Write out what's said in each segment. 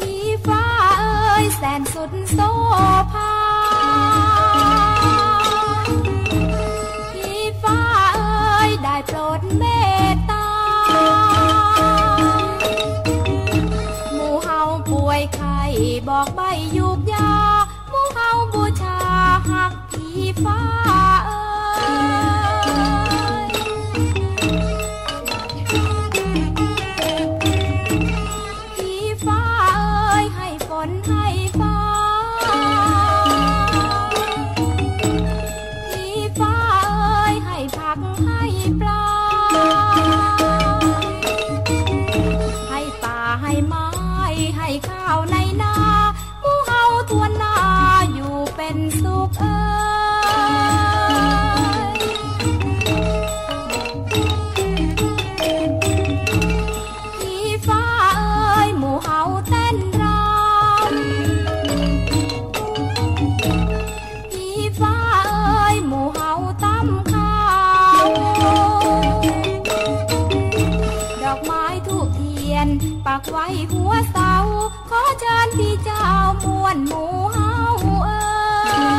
ผีฟ้าเอ้ยแสนสุดโสภาผีฟ้าเอ้ยได้โปรดเมตตา หมู่เฮาป่วยไข้บอกใบยุกยา หมู่เฮาบูชาหักผีฟ้าเอ้ย ผีฟ้าเอ้ยให้ฝนให้ฟ้าผีฟ้าเอ้ยให้ผักให้ปลา ให้ป่าให้ไม้ให้ข้าวในนาหมูเฮาทวนนาอยู่เป็นสุขเอ้ย ผีฟ้าเอ้ยหมู่เฮาเต้นรำผีฟ้าเอ้ยหมู่เฮาตำข้าวดอกไม้ทูบเทียน ปักไว้หัวเสา ขอเชิญพี่เจ้ามวนหมู่เฮาเอ้ย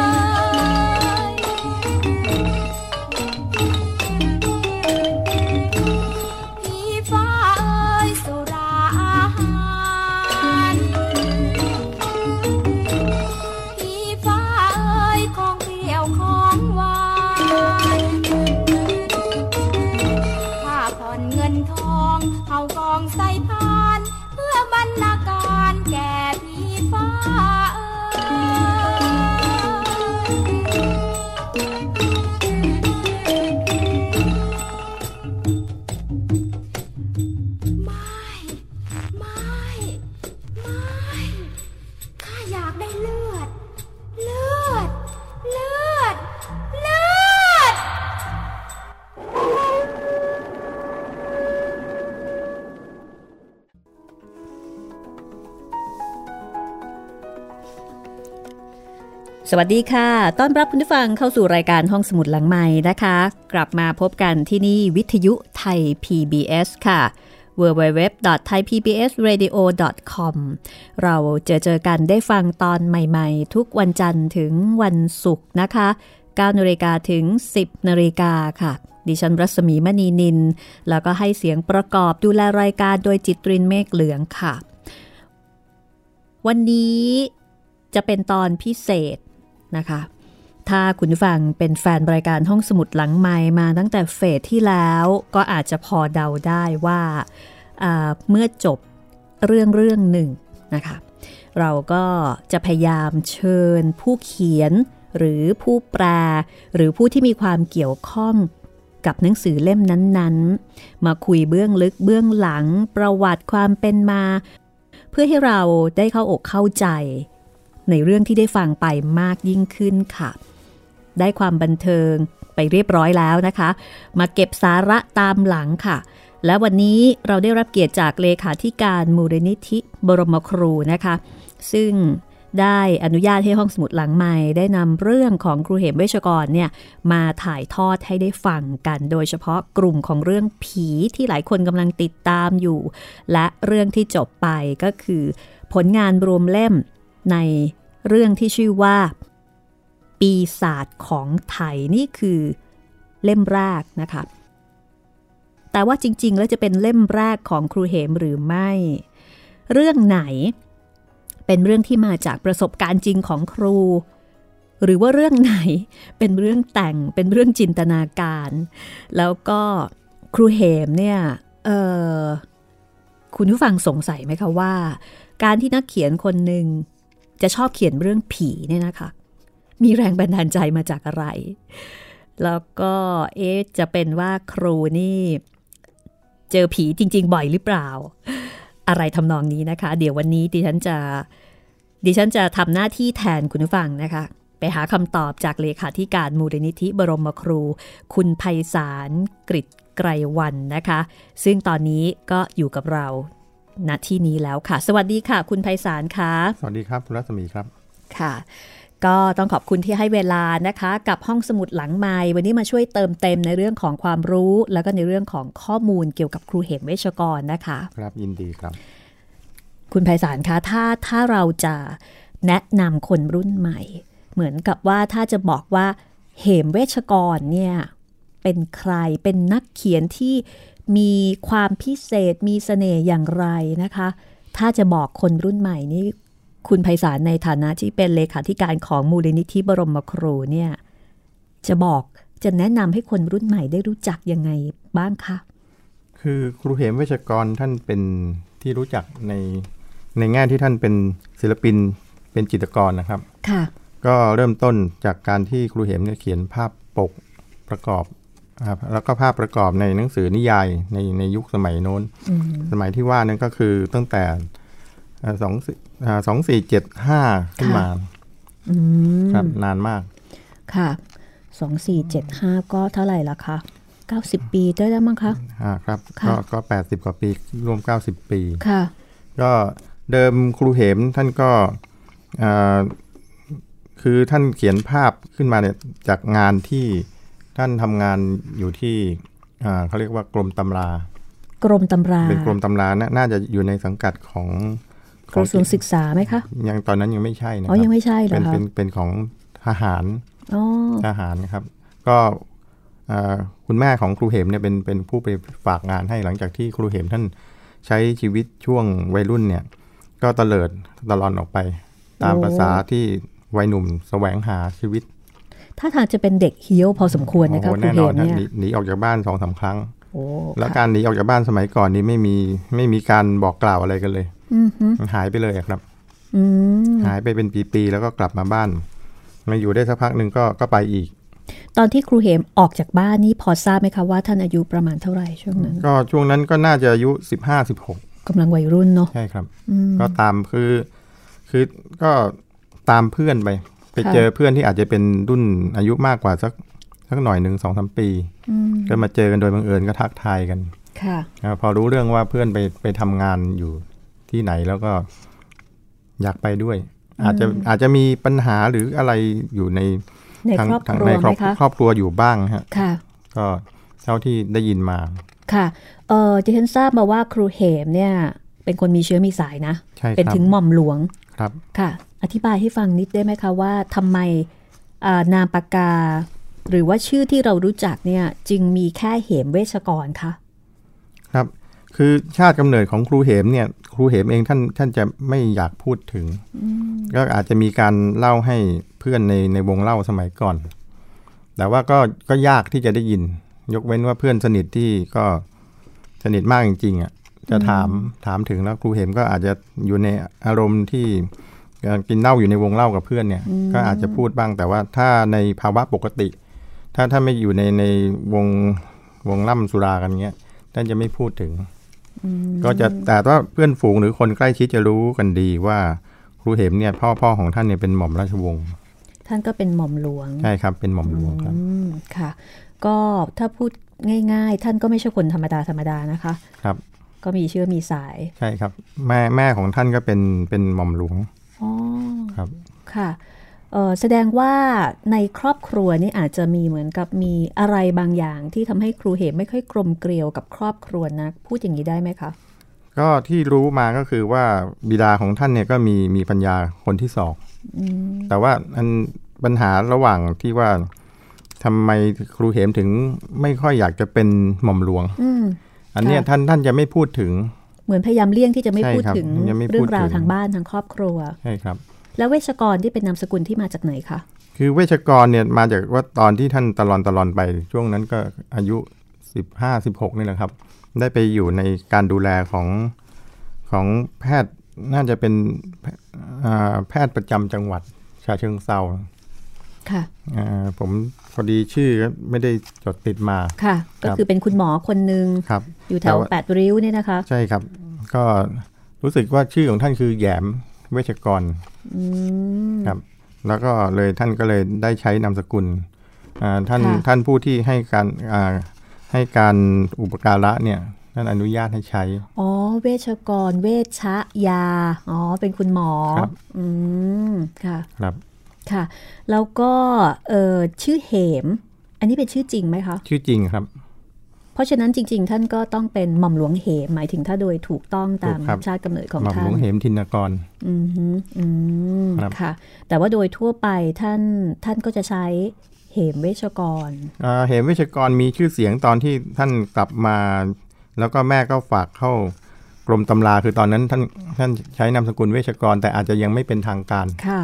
ผีฟ้าเอ้ยสุราอาหารผีฟ้าเอ้ยของเปรี้ยวของหวานผ้าผ่อนเงินทองเฮากองใส่พาน เพื่อบรรณาการแก่ผีฟ้าเอ้ย ไม่ ไม่ ไม่ ข้าอยากได้เลือด เลือด เลือด เลือด สวัสดีค่ะ ต้อนรับคุณผู้ฟังเข้าสู่รายการห้องสมุดหลังใหม่นะคะ กลับมาพบกันที่นี่วิทยุไทย PBS ค่ะ www.thaipbsradio.com เราเจอเจอกันได้ฟังตอนใหม่ๆ ทุกวันจันทร์ถึงวันศุกร์นะคะ9นาฬิกาถึง 10นาฬิกาค่ะ ดิฉันรัศมีมณีนิน แล้วก็ให้เสียงประกอบดูแลรายการโดยจิตรินเมฆเหลืองค่ะ วันนี้จะเป็นตอนพิเศษ นะคะ ถ้าคุณผู้ฟังเป็นแฟนรายการห้องสมุดหลังไมค์มาตั้งแต่เฟสที่แล้วก็อาจจะพอเดาได้ว่าอ่าเมื่อจบเรื่องเรื่องหนึ่งนะคะ เราก็จะพยายามเชิญผู้เขียนหรือผู้แปล หรือผู้ที่มีความเกี่ยวข้องกับหนังสือเล่มนั้นๆ มาคุยเบื้องลึกเบื้องหลังประวัติความเป็นมา เพื่อให้เราได้เข้าอกเข้าใจ ในเรื่องที่ได้ฟังไปมากยิ่งขึ้นค่ะ ได้ความบันเทิงไปเรียบร้อยแล้วนะคะ มาเก็บสาระตามหลังค่ะ และวันนี้เราได้รับเกียรติจากเลขาธิการมูลนิธิบรมครูนะคะ ซึ่งได้อนุญาตให้ห้องสมุดหลังใหม่ได้นำเรื่องของครูเหมเวชกรเนี่ยมาถ่ายทอดให้ได้ฟังกัน โดยเฉพาะกลุ่มของเรื่องผีที่หลายคนกำลังติดตามอยู่ และเรื่องที่จบไปก็คือ ผลงานรวมเล่ม ในเรื่องที่ชื่อว่า ปีศาจของไทยนี่คือเล่มแรกนะคะ แต่ว่าจริง ๆ แล้วจะเป็นเล่มแรกของครูเหมหรือไม่ เรื่องไหน เป็นเรื่องที่มาจากประสบการณ์จริงของครู หรือว่าเรื่องไหนเป็นเรื่องแต่งเป็นเรื่องจินตนาการ แล้วก็ครูเหมเนี่ยเออคุณผู้ฟังสงสัยไหมคะว่า การที่นักเขียนคนหนึ่ง จะชอบเขียนเรื่องผีเนี่ยนะคะ มีแรงบันดาลใจมาจากอะไร แล้วก็เอ๊ะจะเป็นว่าครูนี่ เจอผีจริง ๆ บ่อยหรือเปล่า อะไรทำนองนี้นะคะ เดี๋ยววันนี้ดิฉันจะดิฉันจะทำหน้าที่แทนคุณผู้ฟังนะคะ ไปหาคำตอบจากเลขาธิการมูลนิธิบรมครู คุณไพศาลกริตไกรวันนะคะ ซึ่งตอนนี้ก็อยู่กับเราณที่นี้แล้วค่ะ สวัสดีค่ะ คุณไพศาลค่ะ สวัสดีครับ คุณรัศมีครับ ค่ะ ก็ต้องขอบคุณที่ให้เวลานะคะ กับห้องสมุดหลังไม้วันนี้มาช่วยเติมเต็มในเรื่องของความรู้ แล้วก็ในเรื่องของข้อมูลเกี่ยวกับครูเหมเวชกรนะคะ ครับยินดีครับ คุณไพศาลคะถ้าถ้าเราจะแนะนำคนรุ่นใหม่ เหมือนกับว่าถ้าจะบอกว่าเหมเวชกรเนี่ยเป็นใครเป็นนักเขียนที่มีความพิเศษมีเสน่ห์อย่างไรนะคะ ถ้าจะบอกคนรุ่นใหม่นี่คุณไพศาลในฐานะที่เป็นเลขาธิการของมูลนิธิบรมครูเนี่ยจะบอกจะแนะนำให้คนรุ่นใหม่ได้รู้จักยังไงบ้างคะ คือครูเหมเวชกรท่านเป็นที่รู้จักในในแง่ที่ท่านเป็นศิลปินเป็นจิตรกรนะครับ ค่ะ ก็เริ่มต้นจากการที่ครูเหมเนี่ยเขียนภาพปกประกอบนะครับแล้วก็ภาพประกอบในหนังสือนิยายในในยุคสมัยโน้น สมัยที่ว่านั้นก็คือตั้งแต่สองสองสี่เจ็ดห้าขึ้นมา อืม ครับนานมาก ค่ะสองสี่เจ็ดห้าก็เท่าไหร่ละคะเก้าสิบปีได้แล้วมั้งคะ อ่าครับ ค่ะ ก็ก็แปดสิบกว่าปีรวมเก้าสิบปี ค่ะ ก็เดิมครูเหมท่านก็เอ่อคือท่านเขียนภาพขึ้นมาเนี่ยจากงานที่ท่านทำงานอยู่ที่อ่าเขาเรียกว่ากรมตำรา กรมตำรา เป็นกรมตำรานะน่าจะอยู่ในสังกัดของ กระทรวงศึกษาไหมคะ ยังตอนนั้นยังไม่ใช่นะค อ๋ รั อ ยังไม่ใช่เหร เป็ อน คะ เป็นเป็นของทหาร อ๋อ ทหารนะครับ ก็เอ่อคุณแม่ของครูเหมเนี่ยเป็นเป็นผู้ไปฝากงานให้หลังจากที่ครูเหมท่านใช้ชีวิตช่วงวัยรุ่นเนี่ย ก็ตะเตลิดตะลอนออกไป ตาม โอ้ ภาษาที่วัยหนุ่มแสวงหาชีวิต ถ้าทางจะเป็นเด็กเฮี้ยวพอสมควร โอ้ นะ โห คะคุณ แน่ เห นอน ม นะ เนี่ย หนีหนีออกจากบ้านสองสาครั้ง โอ้ แล้ว ค่ะ การหนีออกจากบ้านสมัยก่อนนี้ไม่มีไม่มีการบอกกล่าวอะไรกันเลย อือหือ หายไปเลยอะครับ อืม หายไปเป็นปีๆแล้วก็กลับมาบ้านมาอยู่ได้สักพักหนึ่งก็ก็ไปอีก ตอนที่ครูเหมออกจากบ้านนี่พอทราบไหมคะว่าท่านอายุประมาณเท่าไหร่ช่วงนั้น ก็ช่วงนั้นก็น่าจะอายุสิบห้าสิบหก กำลังวัยรุ่นเนาะ ใช่ครับ อืม ก็ตามคือคือก็ตามเพื่อนไป ไป ค่ะ เจอเพื่อนที่อาจจะเป็นรุ่นอายุมากกว่าสักสักหน่อยหนึ่งสองสามปี อืม ก็มาเจอกันโดยบังเอิญก็ทักทายกัน ค่ะ อ่าพอรู้เรื่องว่าเพื่อนไปไปทำงานอยู่ที่ไหนแล้วก็อยากไปด้วย อาจจะอาจจะมีปัญหาหรืออะไรอยู่ใน ใน ทาง ครอบ ทาง ครัว ในค ไหมรอบ คะ ครอบครัวอยู่บ้างนะฮะ ค่ะ ก็เท่าที่ได้ยินมา ค่ะ เออดิฉันทราบมาว่าครูเหมเนี่ย เป็นคนมีเชื้อมีสายนะ ใช่ เป็น ครับ ถึงหม่อมหลวง ครับ ค่ะ อธิบายให้ฟังนิดได้ไหมคะว่าทำไมอ่านามปากกา หรือว่าชื่อที่เรารู้จักเนี่ย จึงมีแค่เหมเวชกรคะ ครับ คือชาติกำเนิดของครูเหมเนี่ย ครูเหมเองท่านท่านจะไม่อยากพูดถึง ก็อาจจะมีการเล่าให้เพื่อนในในวงเล่าสมัยก่อน แต่ว่าก็ก็ยากที่จะได้ยิน ยกเว้นว่าเพื่อนสนิทที่ก็สนิทมากจริงๆอ่ะ จะถามถามถึงแล้วครูเหมก็อาจจะอยู่ในอารมณ์ที่เอ่อกินเหล้าอยู่ในวงเล่ากับเพื่อนเนี่ย ก็อาจจะพูดบ้าง แต่ว่าถ้าในภาวะปกติ ถ้าถ้าไม่อยู่ในในวงวงล่ำสุรากันเงี้ย ท่านจะไม่พูดถึง ก็จะแต่ว่าเพื่อนฝูงหรือคนใกล้ชิดจะรู้กันดีว่าครูเหมเนี่ยพ่อพ่อของท่านเนี่ยเป็นหม่อมราชวงศ์ ท่านก็เป็นหม่อมหลวง ใช่ครับเป็นหม่อมหลวงครับ อืม ค่ะ ก็ถ้าพูดง่ายๆ ท่านก็ไม่ใช่คนธรรมดาธรรมดานะคะ ครับ ก็มีเชื้อมีสาย ใช่ครับ แม่แม่ของท่านก็เป็นเป็นหม่อมหลวง อ๋อ ครับ ค่ะเอ่อแสดงว่าในครอบครัวนี่อาจจะมีเหมือนกับมีอะไรบางอย่างที่ทำให้ครูเหมไม่ค่อยกลมเกลียวกับครอบครัวนะ พูดอย่างนี้ได้ไหมคะ ก็ที่รู้มาก็คือว่าบิดาของท่านเนี่ยก็มีมีปัญญาคนที่สองแต่ว่าอันปัญหาระหว่างที่ว่าทำไมครูเหมถึงไม่ค่อยอยากจะเป็นหม่อมหลวง อืม อันเนี้ย ค่ะ ท่านท่านจะไม่พูดถึง เหมือนพยายามเลี่ยงที่จะไม่ ใช่ พูด ครับ ถึง ยังไม่พูด เรื่องราว ถึง ทางบ้านทางครอบครัว ใช่ครับ แล้วเวชกรที่เป็นนามสกุลที่มาจากไหนคะ คือเวชกรเนี่ยมาจากว่าตอนที่ท่านตะลอนตะลอนไป ช่วงนั้นก็อายุ 15 16นี่แหละครับ ได้ไปอยู่ในการดูแลของของแพทย์น่าจะเป็นแพอ่าแพทย์ประจำจังหวัดชาเชิงเซา ค่ะ อ่าผมพอดีชื่อไม่ได้จดติดมา ค่ะ ก็คือเป็นคุณหมอคนหนึ่ง ครับ อยู่แถ แต่ ว ว่า แปดริ้วเนี่ยนะคะ ใช่ครับ ก็รู้สึกว่าชื่อของท่านคือแหยมเวชกรครับ แล้วก็เลยท่านก็เลยได้ใช้นามสกุลอ่าท่าน ค่ะ ท่านผู้ที่ให้การอ่าให้การอุปการะเนี่ย ท่านอนุญาตให้ใช้ อ๋อ เวชกร เวชยา อ๋อ เป็นคุณหมอ ครับ อืม ค่ะ ครับ ค่ะ แล้วก็เอ่อชื่อเหม อันนี้เป็นชื่อจริงไหมคะ ชื่อจริงครับ เพราะฉะนั้นจริง ๆ ท่านก็ต้องเป็นหม่อมหลวงเหม หมายถึงถ้าโดยถูกต้องตาม ถูกครับ ชาติกำเนิดของ หม่อมห ท่า ล น วงเหมทินกร อืมฮึอืม ครับ ค่ะ แต่ว่าโดยทั่วไปท่านท่านก็จะใช้เหมเวชกร อ่าเหมเวชกรมีชื่อเสียงตอนที่ท่านกลับมา แล้วก็แม่ก็ฝากเข้ากรมตำราคือตอนนั้นท่านท่านใช้นามสกุลเวชกร แต่อาจจะยังไม่เป็นทางการ ค่ะ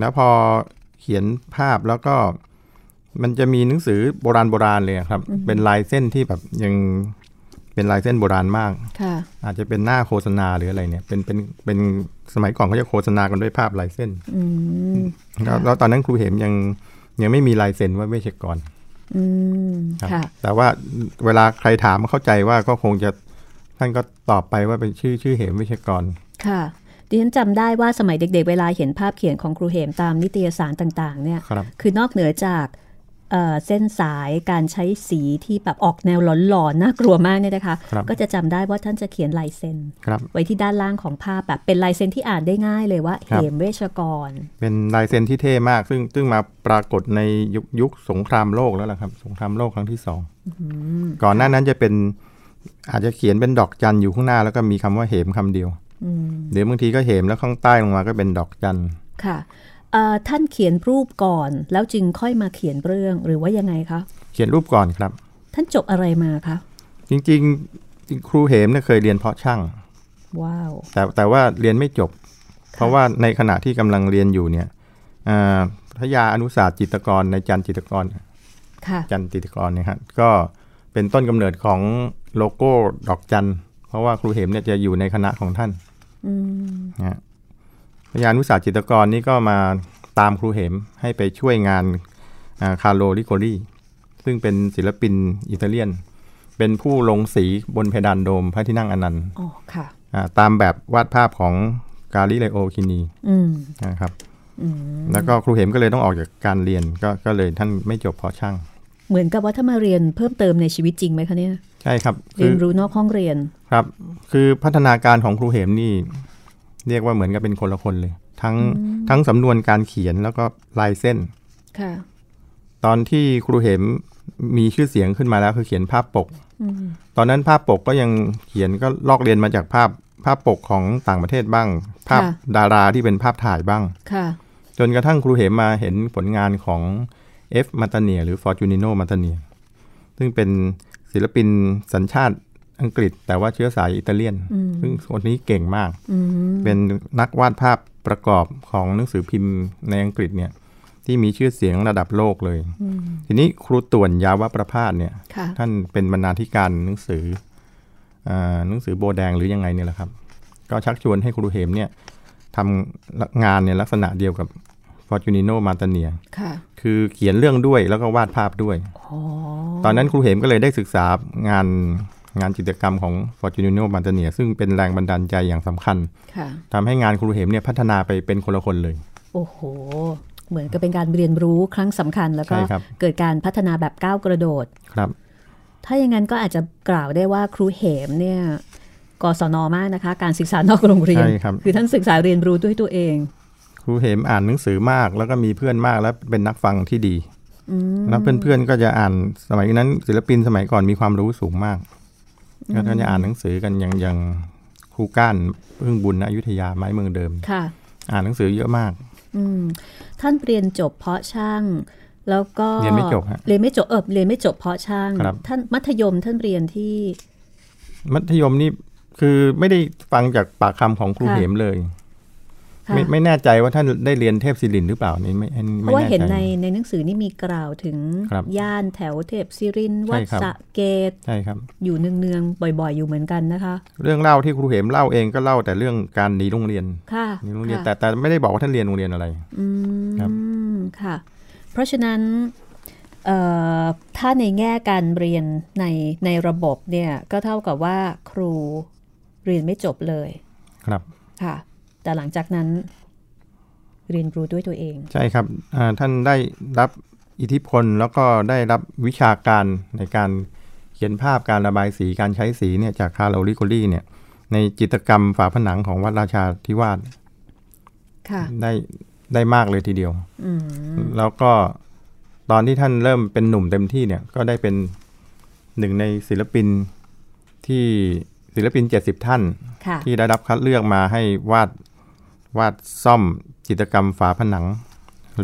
แล้วพอเขียนภาพแล้วก็มันจะมีหนังสือโบราณโบราณเลยอะครับ เป็นลายเส้นที่แบบยังเป็นลายเส้นโบราณมาก ค่ะ อาจจะเป็นหน้าโฆษณาหรืออะไรเนี่ย เป็นเป็นเป็นสมัยก่อนเขาจะโฆษณากันด้วยภาพลายเส้น อืม แล้วแล้วตอนนั้นครูเหมยังยังไม่มีลายเซ็นว่าเวชกร อืม ครับ ค่ะ แต่ว่าเวลาใครถามเข้าใจว่าก็คงจะท่านก็ตอบไปว่าเป็นชื่อชื่อเหมเวชกร ค่ะดิฉันจำได้ว่าสมัยเด็กๆ เวลาเห็นภาพเขียนของครูเหมตามนิตยสารต่างๆ เนี่ย ครับ คือนอกเหนือจากเอ่อเส้นสายการใช้สีที่แบบออกแนวหลอนๆ น่ากลัวมากเนี่ยนะคะ ครับ ก็จะจำได้ว่าท่านจะเขียนลายเซ็น ครับ ไว้ที่ด้านล่างของภาพแบบเป็นลายเซ็นที่อ่านได้ง่ายเลยว่า ครั เห บ มเวชกร เป็นลายเซ็นที่เท่มาก ซึ่งซึ่งมาปรากฏในยุคยุคสงครามโลกแล้วล่ะครับ สงครามโลกครั้งที่สองก่อนหน้านั้นจะเป็นอาจจะเขียนเป็นดอกจันอยู่ข้างหน้า แล้วก็มีคำว่าเหมคำเดียว อืม หรือบางทีก็เหมแล้วข้างใต้ลงมาก็เป็นดอกจัน ค่ะเอ่อท่านเขียนรูปก่อน แล้วจึงค่อยมาเขียนเรื่องหรือว่ายังไงคะ เขียนรูปก่อนครับ ท่านจบอะไรมาคะ จริงๆ ครูเหมเนี่ยเคยเรียนเพาะช่าง ว้าว แต่แต่ว่าเรียนไม่จบ เพราะว่าในขณะที่กำลังเรียนอยู่เนี่ยอ่าพระยาอนุศาสตร์จิตรกรในจันทร์จิตรกร ค่ะ จันทร์ติตกรเนี่ยฮะก็เป็นต้นกำเนิดของโลโก้ดอกจัน เพราะว่าครูเหมเนี่ยจะอยู่ในคณะของท่าน อืม นะฮะพยานุศาสตร์จิตรกรนี่ก็มาตามครูเหมให้ไปช่วยงานคาร์โลลิโกรีซึ่งเป็นศิลปินอิตาเลียน เป็นผู้ลงสีบนเพดานโดมพระที่นั่งอนันต์ อ๋อ ค่ะ อ่าตามแบบวาดภาพของกาลิเลโอคินี อืม นะครับ อืม แล้วก็ครูเหมก็เลยต้องออกจากการเรียนก็ก็เลยท่านไม่จบเพราะช่าง เหมือนกับว่าถ้ามาเรียนเพิ่มเติมในชีวิตจริงไหมคะเนี่ย ใช่ครับคื เรีย อ นรู้นอกห้องเรียน ครับ คือพัฒนาการของครูเหมนี่ เรียกว่าเหมือนกับเป็นคนละคนเลย ทั้งทั้งสำนวนการเขียนแล้วก็ลายเส้น ค่ะ ตอนที่ครูเหมมีชื่อเสียงขึ้นมาแล้วคือเขียนภาพปก ตอนนั้นภาพปกก็ยังเขียนก็ลอกเรียนมาจากภาพภาพปกของต่างประเทศบ้าง ภาพ ค่ะ ดาราที่เป็นภาพถ่ายบ้าง ค่ะ จนกระทั่งครูเหมมาเห็นผลงานของ F มาตาเนีย หรือ Fortunino มาตาเนีย ซึ่งเป็นศิลปินสัญชาติอังกฤษ แต่ว่าเชื้อสายอิตาเลียน ซึ่งคนนี้เก่งมาก อืม เป็นนักวาดภาพประกอบของหนังสือพิมพ์ในอังกฤษเนี่ยที่มีชื่อเสียงระดับโลกเลย ทีนี้ครูต่วนยาวประพาสเนี่ย ค่ะ ท่านเป็นบรรณาธิการหนังสืออาหนังสือโบแดงหรือยังไงเนี่ยแหละครับ ก็ชักชวนให้ครูเหมเนี่ยทำงานในลักษณะเดียวกับฟอร์จูนิโนมาตาเนีย ค่ะ คือเขียนเรื่องด้วยแล้วก็วาดภาพด้วย อ๋อ ตอนนั้นครูเหมก็เลยได้ศึกษางานงานจิตรกรรมของฟอร์จูนิโนมาตาเนียซึ่งเป็นแรงบันดาลใจอย่างสำคัญ ค่ะ ทำให้งานครูเหมเนี่ยพัฒนาไปเป็นคนละคนเลย โอ้โห เหมือนกับเป็นการเรียนรู้ครั้งสำคัญแล้วก็ ใช่ครับ เกิดการพัฒนาแบบก้าวกระโดด ครับ ถ้าอย่างนั้นก็อาจจะกล่าวได้ว่าครูเหมเนี่ยกศนมากนะคะ การศึกษานอกโรงเรียน ใช่ครับ อท่านศึกษาเรียนรู้ด้วยตัวเอง ครูเหมอ่านหนังสือมากแล้วก็มีเพื่อนมากแล้วเป็นนักฟังที่ดีแล้วเพื่อนๆก็จะอ่านสมัยนั้น ศิลปินสมัยก่อนมีความรู้สูงมากก็จะอ่านหนังสือกันอย่างอย่างครูก้านพึ่งบุญณอยุธยาไม้เมืองเดิม ค่ะ อ่านหนังสือเยอะมาก อืม ท่านเรียนจบเพาะช่าง แล้วก็ เรียนไม่จบฮะ เรียนไม่จบเออเรียนไม่จบเพาะช่าง ครับ ท่านมัธยมท่านเรียนที่ มัธยมนี่คือไม่ได้ฟังจากปากคำของครู ค่ะ เหมเลย ค่ะ ไม่ไม่แน่ใจว่าท่านได้เรียนเทพศิรินหรือเปล่านี่ไม่อันนี้ เพ ไม่ ราะว่า แน่ เห็น ใจ ในในหนังสือนี่มีกล่าวถึง ครับ ย่านแถวเทพศิรินทร์วัด ใช่ครับ สระเกต ใช่ครับ อยู่เนืองๆบ่อย ๆ อยู่เหมือนกันนะคะ เรื่องเล่าที่ครูเหมเล่าเองก็เล่าแต่เรื่องการหนีโรงเรียน ค่ะ หนีโรงเรียน ค่ะ แต่แต่ไม่ได้บอกว่าท่านเรียนโรงเรียนอะไร อืม ครับ ค่ะ เพราะฉะนั้นเอ่อถ้าในแง่การเรียนในในระบบเนี่ยก็เท่ากับว่าครูเรียนไม่จบเลย ครับ ค่ะ แต่หลังจากนั้น เรียนรู้ด้วยตัวเอง ใช่ครับอ่าท่านได้รับอิทธิพลแล้วก็ได้รับวิชาการในการ ขียนภาพการระบายสีการใช้สีเนี่ยจากคาร์โลลิโกลี่เนี่ย ในจิตรกรรมฝาผนังของวัดราชาธิวาส ค่ะ ได้ได้มากเลยทีเดียว อืม แล้วก็ตอนที่ท่านเริ่มเป็นหนุ่มเต็มที่เนี่ยก็ได้เป็นหนึ่งในศิลปินที่ศิลปิน 70 ท่าน ค่ะ ที่ได้รับคัดเลือกมาให้วาดวาดซ่อมจิตรกรรมฝาผนัง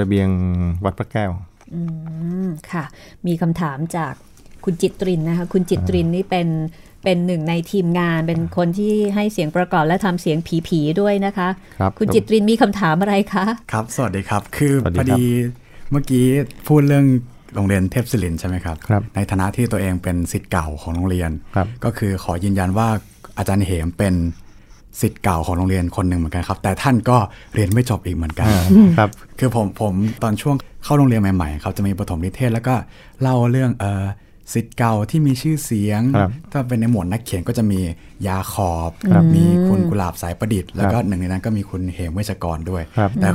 ระเบียงวัดพระแก้ว อืม ค่ะ มีคำถามจากคุณจิตรินนะคะ คุณจิตรินนี่เป็นเป็นหนึ่งในทีมงาน เป็นคนที่ให้เสียงประกอบและทำเสียงผีๆด้วยนะคะ ครับ คุณจิตรินมีคำถามอะไรคะ ครับ สวัสดีครับ คือ สวัสพดีครั อบ ดีเมื่อกี้พูดเรื่องโรงเรียนเทพศิรินใช่ไหมครับ ครับ ในฐานะที่ตัวเองเป็นสิทธิ์เก่าของโรงเรียน ครับ ก็คือขอยืนยันว่าอาจารย์เหมเป็นสิทธิ์เก่าของโรงเรียนคนหนึ่งเหมือนกันครับ แต่ท่านก็เรียนไม่จบอีกเหมือนกัน ครับ คือผมผมตอนช่วงเข้าโรงเรียนใหม่ๆครับจะมีปฐมนิเทศแล้วก็เล่าเรื่องเออสิทธิ์เก่าที่มีชื่อเสียง ครับ ถ้าเป็นในหมวดนักเขียนก็จะมียาขอบ ครับ มีคุณกุหลาบสายประดิษฐ์แล้วก็หนึ่งในนั้นก็มีคุณเหมเวชกรด้วย ครับ แต่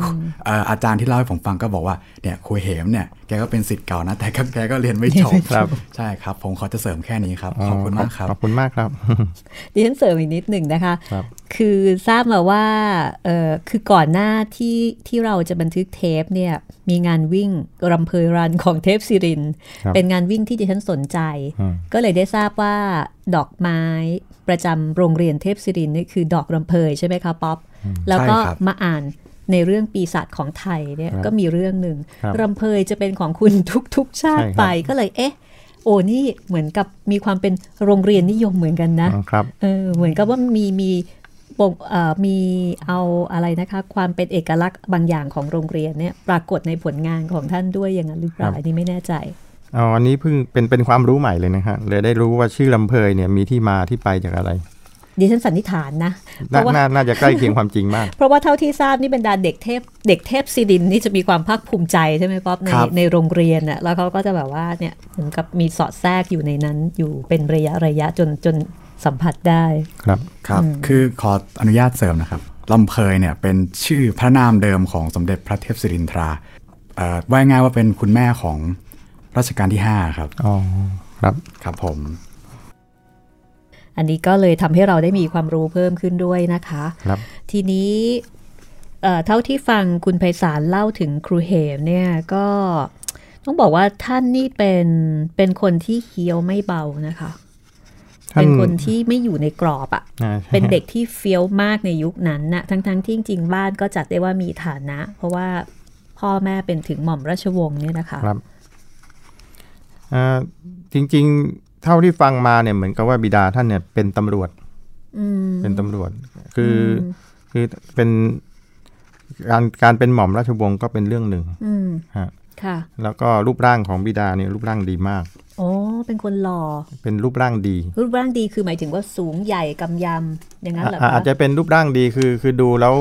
เอ่ออาจารย์ที่เล่าให้ผมฟังก็บอกว่าเนี่ยคุยเหมเนี่ยแกก็เป็นสิทธิ์เก่านะ แต่ก็แกก็เรียนไม่จบ ครับ ใช่ครับ ผมขอจะเสริมแค่นี้ครับ ขอบคุณมากครับ ขอบคุณมากครับ ดิฉันเสริมอีกนิดหนึ่งนะคะ ครับ คือทราบมาว่าเออคือก่อนหน้าที่ที่เราจะบันทึกเทปเนี่ย มีงานวิ่งรำเพยรันของเทพศิรินทร์ ครับ เป็นงานวิ่งที่ดิฉันสนใจ อืม ก็เลยได้ทราบว่าดอกไม้ประจำโรงเรียนเทพศิรินทร์นี่คือดอกรำเพยใช่ไหมคะป๊อป แล้วก็ ใช่ครับ มาอ่านในเรื่องปีศาจของไทยเนี่ย ครับ ก็มีเรื่องหนึ่ง ครับ รำเพยจะเป็นของคุณทุกๆ ชาติ ใช่ครับ ไปก็เลยเอ๊ะ โอ้นี่เหมือนกับมีความเป็นโรงเรียนนิยมเหมือนกันนะ ครับ เออเหมือนกับว่ามีมีปกเอ่อมีเอาอะไรนะคะ ความเป็นเอกลักษณ์บางอย่างของโรงเรียนเนี่ยปรากฏในผลงานของท่านด้วยอย่างนั้นหรือเปล่า ครับ อันนี้ไม่แน่ใจ อ๋ออันนี้เพิ่งเป็นเป็นความรู้ใหม่เลยนะฮะเลยได้รู้ว่าชื่อลำเพยเนี่ยมีที่มาที่ไปจากอะไร ดิฉันสันนิษฐานนะ เพ นา ราะว่า น่าน่าจะใกล้เคียงความจริงมาก เพราะว่าเท่าที่ทราบนี่บรรดาเด็กเทพเด็กเทพศิรินนี่จะมีความภาคภูมิใจใช่ไหมป๊อปใน ครับ ในโรงเรียนน่ะแล้วเขาก็จะแบบว่าเนี่ยเหมือนกับมีสอดแทรกอยู่ในนั้นอยู่เป็นระยะระยะจนจนสัมผัสได้ ครับ ครับ คือขออนุญาตเสริมนะครับ ลำเพยเนี่ยเป็นชื่อพระนามเดิมของสมเด็จพระเทพศิรินทราเอ่อว่าง่ายๆว่าเป็นคุณแม่ของรัชกาลที่ 5 ครับ อ๋อ ครับ ครับผม อันนี้ก็เลยทำให้เราได้มีความรู้เพิ่มขึ้นด้วยนะคะ ครับ ทีนี้เอ่อเท่าที่ฟังคุณไพศาลเล่าถึงครูเหมเนี่ยก็ต้องบอกว่าท่านนี่เป็นเป็นคนที่เคี้ยวไม่เบานะคะ ท่า เป็นคนที่ไม่อยู่ในกรอบ อะ อ่าใช่ เป็นเด็กที่เฟี้ยวมากในยุคนั้นนะทั้งๆที่จริงๆบ้านก็จัดได้ว่ามีฐานะ เพราะว่าพ่อแม่เป็นถึงหม่อมราชวงศ์เนี่ยนะคะ ครับอ่าจริง ๆ เท่าที่ฟังมาเนี่ยเหมือนกับว่าบิดาท่านเนี่ยเป็นตำรวจ อืม เป็นตำรวจ คืออคือเป็นการการเป็นหม่อมราชวงศ์ก็เป็นเรื่องหนึ่ง อืม ฮะ ค่ะ แล้วก็รูปร่างของบิดาเนี่ยรูปร่างดีมาก โอ้เป็นคนหล่อ เป็นรูปร่างดี รูปร่างดีคือหมายถึงว่าสูงใหญ่กำยำอย่างนั้นเหรอ อ่ะ คะ อาจจะเป็นรูปร่างดีคือคือดูแล้ว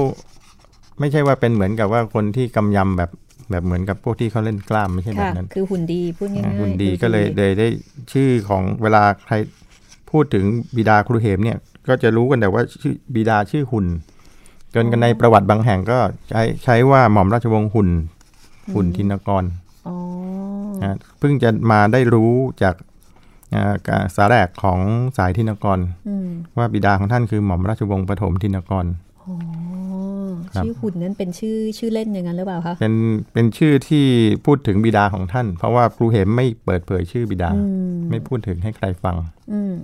ไม่ใช่ว่าเป็นเหมือนกับว่าคนที่กำยำแบบแบบเหมือนกับพวกที่เขาเล่นกล้ามไม่ใช่แบ ค่ะ บนั้น คือหุ่นดีพูดง่ายๆ หุ่นดี คือ ก็เลยเลยได้ชื่อของเวลาใครพูดถึงบิดาครูเหมเนี่ย ก็จะรู้กันแต่ว่าชื่อบิดาชื่อหุ่นจนกันในประวัติบางแห่งก็ใช้ใช้ว่าหม่อมราชวงศ์หุ่น หุ่นทินกร อ๋อ นะเพิ่งจะมาได้รู้จากอ่าสาแรกของสายทินกร อืม ว่าบิดาของท่านคือหม่อมราชวงศ์ปฐมทินกร อ๋อ ครับ ชื่อหุ่นนั้นเป็นชื่อชื่อเล่นอย่างนั้นหรือเปล่าคะ เป็นเป็นชื่อที่พูดถึงบิดาของท่าน เพราะว่าครูเหมไม่เปิดเผยชื่อบิดา ไม่พูดถึงให้ใครฟัง อืม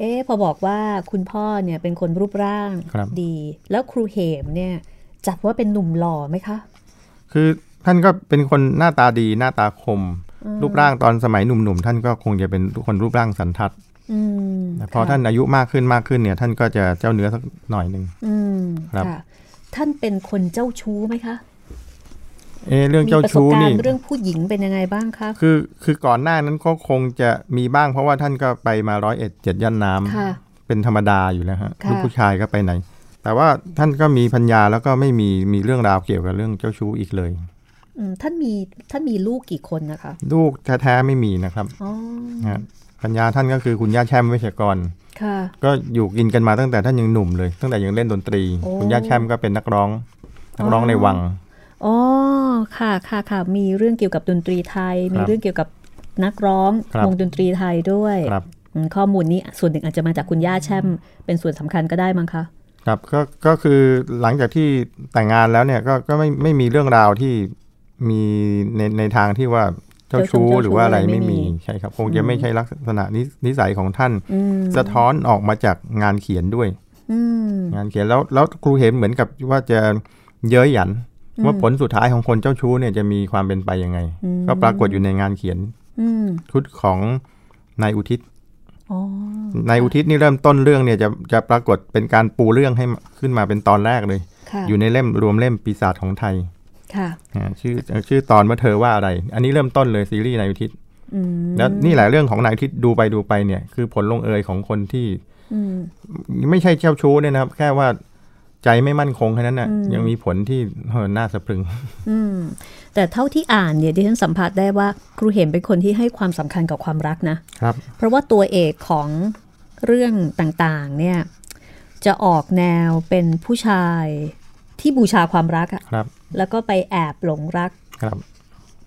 เอ๊ะพอบอกว่าคุณพ่อเนี่ยเป็นคนรูปร่าง ครับ ดี แล้วครูเหมเนี่ย จัดว่าเป็นหนุ่มหล่อไหมคะ คือท่านก็เป็นคนหน้าตาดีหน้าตาคม รูปร่างตอนสมัยหนุ่มๆท่านก็คงจะเป็นคนรูปร่างสันทัด อืม แต่พอท่านอายุมากขึ้นมากขึ้นเนี่ย ท่านก็จะเจ้าเนื้อสักหน่อยหนึ่ง อืม ครับ ค่ะ ท่านเป็นคนเจ้าชู้ไหมคะ เอะเรื่อง มี เจ้า ประสบ ชู้ การ นี่ ณ์เรื่องผู้หญิงเป็นยังไงบ้างคะ คือคือก่อนหน้านั้นก็คงจะมีบ้างเพราะว่าท่านก็ไปมาร้อยเอ็ดเจ็ดย่านน้ำ ค่ะ เป็นธรรมดาอยู่แล้วฮะ ค่ะ ลูกผู้ชายก็ไปไหน แต่ว่าท่านก็มีพัญญาแล้วก็ไม่มีมีเรื่องราวเกี่ยวกับเรื่องเจ้าชู้อีกเลย อืมท่านมีท่านมีลูกกี่คนนะคะ ลูกแท้ๆไม่มีนะครับ อ๋อ ฮะพัญญาท่านก็คือคุณย่าแช่มเวชกร ค่ะ ก็อยู่กินกันมาตั้งแต่ท่านยังหนุ่มเลย ตั้งแต่ยังเล่นดนตรี โอ้ คุณย่าแช่มก็เป็นนักร้องนักร้องในวัง อ๋อ ค่ะ ค่ะ ค่ะ มีเรื่องเกี่ยวกับดนตรีไทย มี ครับ เรื่องเกี่ยวกับ นักร้อง ครับ วงดนตรีไทยด้วย ครับ อืมข้อมูลนี้ส่วนหนึ่งอาจจะมาจากคุณย่าแช่ม เป็นส่วนสำคัญก็ได้มั้งคะ ครับก็ก็คือหลังจากที่แต่งงานแล้วเนี่ยก็ก็ไม่ไม่มีเรื่องราวที่มีในในทางที่ว่าเจ้าชู้ เจ้าชู้ หรือว่าอะไรไม่ ไม่มี มีใช่ครับคงจะไม่ใช่ลักษณะนินิสัยของท่าน อืม สะท้อนออกมาจากงานเขียนด้วย อืม งานเขียนแล้วแล้วครูเห็นเหมือนกับว่าจะเย้ยหยัน อืม ว่าผลสุดท้ายของคนเจ้าชู้เนี่ยจะมีความเป็นไปยังไง ก็ปรากฏอยู่ในงานเขียน อืม ชุดของนายอุทิศ อ๋อ นายอุทิศนี่เริ่มต้นเรื่องเนี่ยจะจะปรากฏเป็นการปูเรื่องให้ขึ้นมาเป็นตอนแรกเลย ค่ะ อยู่ในเล่มรวมเล่มปีศาจของไทย ค่ะ อ่าชื่อเอ่อชื่อตอนว่าเธอว่าอะไร อันนี้เริ่มต้นเลยซีรีส์นายอุทิศ อืม แล้วนี่แหละเรื่องของนายอุทิศดูไปดูไปเนี่ยคือผลลงเอยของคนที่ อืม ไม่ใช่เจ้าชู้เนี่ยนะครับ แค่ว่าใจไม่มั่นคงแค่นั้นน่ะยังมีผลที่เออน่าสะพรึง อืมแต่เท่าที่อ่านเนี่ยดิฉันสัมผัสได้ว่าครูเห็มเป็นคนที่ให้ความสำคัญกับความรักนะ ครับ เพราะว่าตัวเอกของเรื่องต่างๆเนี่ยจะออกแนวเป็นผู้ชายที่บูชาความรักอะ ครับ แล้วก็ไปแอบหลงรัก ครับ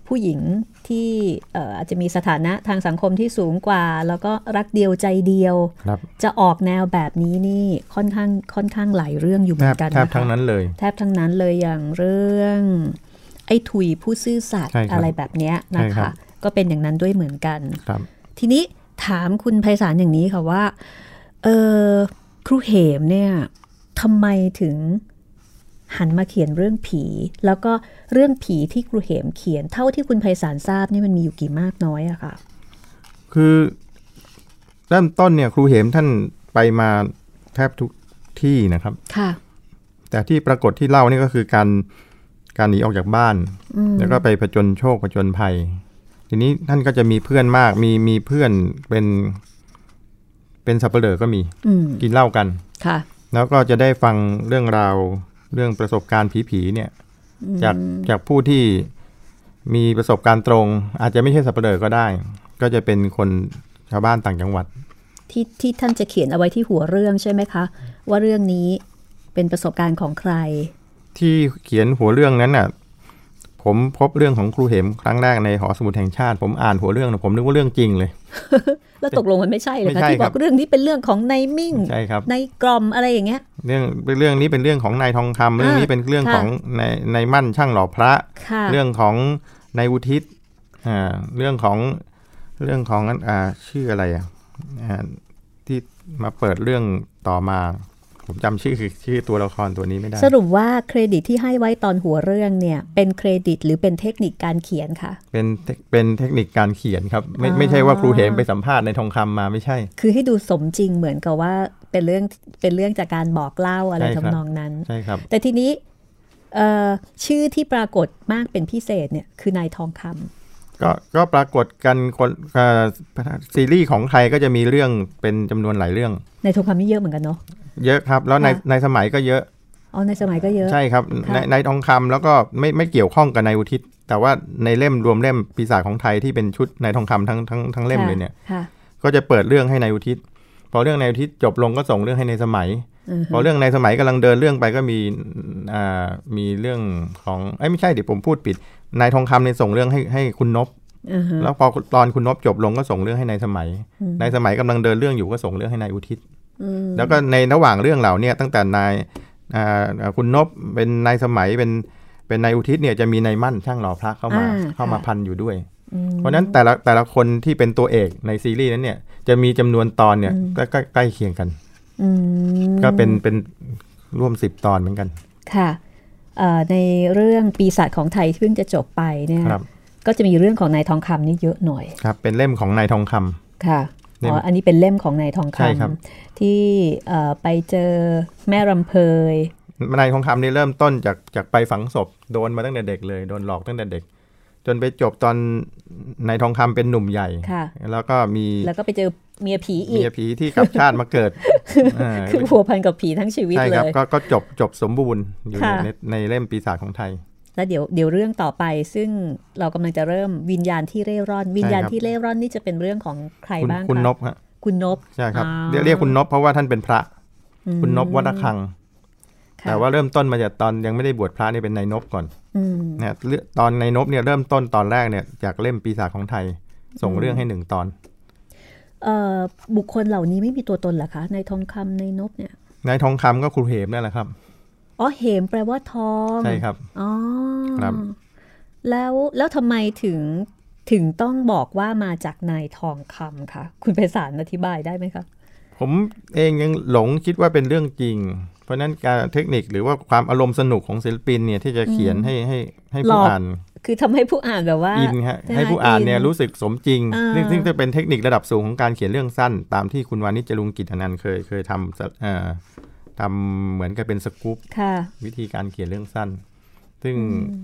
ผู้หญิงที่เอ่ออาจจะมีสถานะทางสังคมที่สูงกว่า แล้วก็รักเดียวใจเดียว ครับ จะออกแนวแบบนี้นี่ค่อนข้างค่อนข้างหลายเรื่องอยู่เห แท มือบ นกันะคะ แทบทั้งนั้นเลย แทบทั้งนั้นเลยอย่างเรื่อง ไอ้ถุยผู้ซื่อสัตย์ ใช่ครับ อะไรแบบเนี้ยนะ ใช่ครั คะ บ ก็เป็นอย่างนั้นด้วยเหมือนกัน ครับ ทีนี้ถามคุณไพศาลอย่างนี้ค่ะว่าเออครูเหมเนี่ยทำไมถึงหันมาเขียนเรื่องผี แล้วก็เรื่องผีที่ครูเหมเขียนเท่าที่คุณไพศาลทราบเนี่ยมันมีอยู่กี่มากน้อยอะค่ะ คือเริ่มต้นเนี่ย ครูเหมท่านไปมาแทบทุกที่นะครับ ค่ะ แต่ที่ปรากฏที่เล่านี่ก็คือการการหนีออกจากบ้าน แล้วก็ไปผจญโชคผจญภัย ทีนี้ท่านก็จะมีเพื่อนมาก มีมีเพื่อนเป็น เป็นสับเปลือก็มี อืม กินเหล้ากัน ค่ะ แล้วก็จะได้ฟังเรื่องราวเรื่องประสบการณ์ผีๆเนี่ยจากจากผู้ที่มีประสบการณ์ตรง อาจจะไม่ใช่สับเปลอก็ได้ ก็จะเป็นคนชาวบ้านต่างจังหวัด ที่ที่ท่านจะเขียนเอาไว้ที่หัวเรื่องใช่ไหมคะ ว่าเรื่องนี้เป็นประสบการณ์ของใคร ที่เขียนหัวเรื่องนั้นน่ะ ผมพบเรื่องของครูเหมครั้งแรกในหอสมุดแห่งชาติ ผมอ่านหัวเรื่องน่ะผมนึกว่าเรื่องจริงเลย แล้วตกลงมันไม่ใช่เลย ไม่ ค่ะ ใช่ ที่บ ครั อบ กเรื่องนี้เป็นเรื่องของนายมิ่ง ใช่ครับ นายกรอมอะไรอย่างเงี้ย เรื่องเรื่องนี้เป็นเรื่องของนายทองคำเรื่องนี้เป็นเรื่อง ค่ะ ของนายนายมั่นช่างหล่อพระ ค่ะ เรื่องของนายวุฒิศอ่าเรื่องของเรื่องของอ่าชื่ออะไรอ่ะอ่าที่มาเปิดเรื่องต่อมา ผมจำชื่อคือชื่อตัวละครตัวนี้ไม่ได้ สรุปว่าเครดิตที่ให้ไว้ตอนหัวเรื่องเนี่ย เป็นเครดิตหรือเป็นเทคนิคการเขียนค่ะ เป็นเทคเป็นเทคนิคการเขียนครับ ไม่ อ่า ไม่ใช่ว่าครูเหมไปสัมภาษณ์ในทองคำมาไม่ใช่ คือให้ดูสมจริงเหมือนกับว่าเป็นเรื่องเป็นเรื่องจากการบอกเล่าอะไร ใช่ครับ ทำนองนั้น ใช่ครับ แต่ทีนี้เอ่อชื่อที่ปรากฏมากเป็นพิเศษเนี่ยคือนายทองคำ ก็ก็ปรากฏกันคนเอ่อซีรีส์ของไทยก็จะมีเรื่องเป็นจำนวนหลายเรื่อง นายทองคำนี่เยอะเหมือนกันเนาะ เยอะครับ แล้วใน ค่ะ ในสมัยก็เยอะ อ๋อในสมัยก็เยอะ ใช่ครับ ค่ะ ในในทองคำแล้วก็ไม่ไม่เกี่ยวข้องกับนายอุทิศ แต่ว่าในเล่มรวมเล่มปีศาจของไทยที่เป็นชุดนายทองคำทั้งทั้งทั้งเล่ม ค่ะ เลยเนี่ย ค่ะ ก็จะเปิดเรื่องให้นายอุทิศพอเรื่องนายอุทิศจบลงก็ส่งเรื่องให้ในายสมัย อือ พ ฮึ อเรื่องในายสมัยกำลังเดินเรื่องไปก็มีอ่ามีเรื่องของเอ้ยไม่ใช่เดี๋ยวผมพูดปิดนายทองคำเนี่ยส่งเรื่องให้ให้คุณนบ อือฮึ แล้วพอตอนคุณนบจบลงก็ส่งเรื่องให้ในายสมัย อืม นายสมัยกำลังเดินเรื่องอยู่ก็ส่งเรื่องให้นายอุทิศ อืม แล้วก็ในระหว่างเรื่องเหล่าเนี้ตั้งแต่นายอ่าอ่าคุณนบเป็นนายสมัยเป็นเป็นนายอุทิศเนี่ยจะมีนายมั่นช่างหล่อพระเข้ามา อ่า เข้ามา ค่ะ พันอยู่ด้วย อืม เพราะฉะนั้นแต่ละแต่ละคนที่เป็นตัวเอกในซีรีส์นั้นเนี่ยจะมีจำนวนตอนเนี่ยใกล้ใกล้ใกล้เคียงกัน อืม ก็เป็นเป็นร่วมสิบตอนเหมือนกัน ค่ะเอ่อในเรื่องปีศาจของไทยที่เพิ่งจะจบไปเนี่ย ครับ ก็จะมีเรื่องของนายทองคำนี่เยอะหน่อย ครับเป็นเล่มของนายทองคำ ค่ะ เล่ม อ๋ออันนี้เป็นเล่มของนายทองค ใช่ครับ ำที่เอ่อไปเจอแม่รำเพย นายทองคำนี่เริ่มต้นจากจากไปฝังศพโดนมาตั้งแต่เด็กเลยโดนหลอกตั้งแต่เด็ก จนไปจบตอนนายทองคำเป็นหนุ่มใหญ่ ค่ะ แล้วก็มี แล้วก็ไปเจอเมียผีอี เมี ก ยผีที่กลับชาติมา เกิด เออ คือผัวพันกับผีทั้งชีวิต ใช่ เล ครับ ย ก็ก็จบจบสมบูรณ์อยู่ใน ค่ะ ในในเล่มปีศาจของไทย แล้วเดี๋ยวเดี๋ยวเรื่องต่อไป ซึ่งเรากำลังจะเริ่มวิญญาณที่เร่ร่อน วิญญาณ ใช่ครับ ที่เร่ร่อนนี่จะเป็นเรื่องของใคร คุณ บ้าง คุณ คะ นบฮะ คุณนบ ใช่ครับ อ่า เรียกเรียกคุณนบเพราะว่าท่านเป็นพระ คุณนบวัดระฆัง ค่ะ แต่ว่าเริ่มต้นมาจากตอนยังไม่ได้บวชพระเนี่ยเป็นนายนบก่อน อืม นะฮะเรื่องตอนนายนบเนี่ยเริ่มต้นตอนแรกเนี่ยจากเล่มปีศาจของไทย ส่งเรื่องให้หนึ่งตอน เอ่อบุคคลเหล่านี้ไม่มีตัวตนเหรอคะ ในทองคำในนบเนี่ย นายทองคำก็ครูเหมนั่นแหละครับ อ๋อเหมแปลว่าทอง ใช่ครับ อ๋อ ครับ แล้วแล้วทำไมถึงถึงต้องบอกว่ามาจากนายทองคำคะคุณไพศาลอธิบายได้ไหมคะ ผมเองยังหลงคิดว่าเป็นเรื่องจริง เพราะฉะนั้นการเทคนิคหรือว่าความอารมณ์สนุกของศิลปินเนี่ยที่จะเขียนให้ให้ให้ หล ผู้ อก อ่าน คือทำให้ผู้อ่านแบบว่า อินฮะ ใช่ไหม ให้ผู้อ่านเนี่ย อิน รู้สึกสมจริง อ่า ซึ่งซึ่งจะเป็นเทคนิคระดับสูงของการเขียนเรื่องสั้น ตามที่คุณวานิจจรุงกิจอนันต์เคยเคยทำสะเอ่อทำเหมือนกับเป็นสกู๊ป ค่ะ วิธีการเขียนเรื่องสั้น ซึ่ง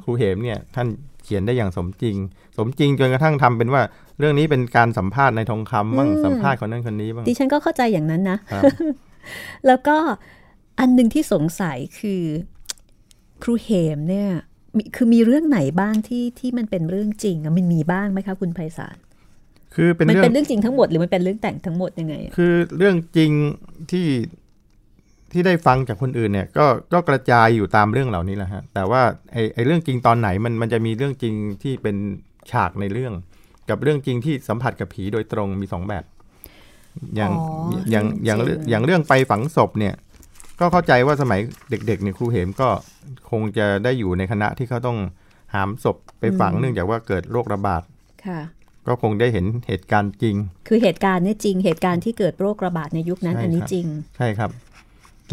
ครูเหมเนี่ยท่านเขียนได้อย่างสมจริง สมจริงจนกระทั่งทำเป็นว่า เรื่องนี้เป็นการสัมภาษณ์ในทองคำบ้าง อืม สัมภาษณ์คนนั้นคนนี้บ้าง ดิฉันก็เข้าใจอย่างนั้นนะ ครับ แล้วก็อันหนึ่งที่สงสัยคือครูเหมเนี่ยมีคือมีเรื่องไหนบ้างที่ที่มันเป็นเรื่องจริงอะมันมีบ้างไหมคะคุณไพศาล คือเป็น มัน เรื่อง เป็นเรื่องจริงทั้งหมดหรือมันเป็นเรื่องแต่งทั้งหมดยังไงอะ คือเรื่องจริงที่ที่ได้ฟังจากคนอื่นเนี่ย ก็ก็กระจายอยู่ตามเรื่องเหล่านี้แหละฮะแต่ว่าไอ้ไอ้เรื่องจริงตอนไหนมันมันจะมีเรื่องจริงที่เป็นฉากในเรื่อง กับเรื่องจริงที่สัมผัสกับผีโดยตรงมีสองแบบ อย่างอย่างอย่างเรื่องอย่างเรื่องไปฝังศพเนี่ย ก็เข้าใจว่าสมัยเด็กๆเนี่ยครูเหมก็คงจะได้อยู่ในคณะที่เขาต้องหามศพไปฝังเนื่องจากว่าเกิดโรคระบาด ค่ะ ก็คงได้เห็นเหตุการณ์จริง คือเหตุการณ์เนี่ยจริง เหตุการณ์ที่เกิดโรคระบาดในยุคนั้น ใช่ อันนี้ ครับ จริง ใช่ครับ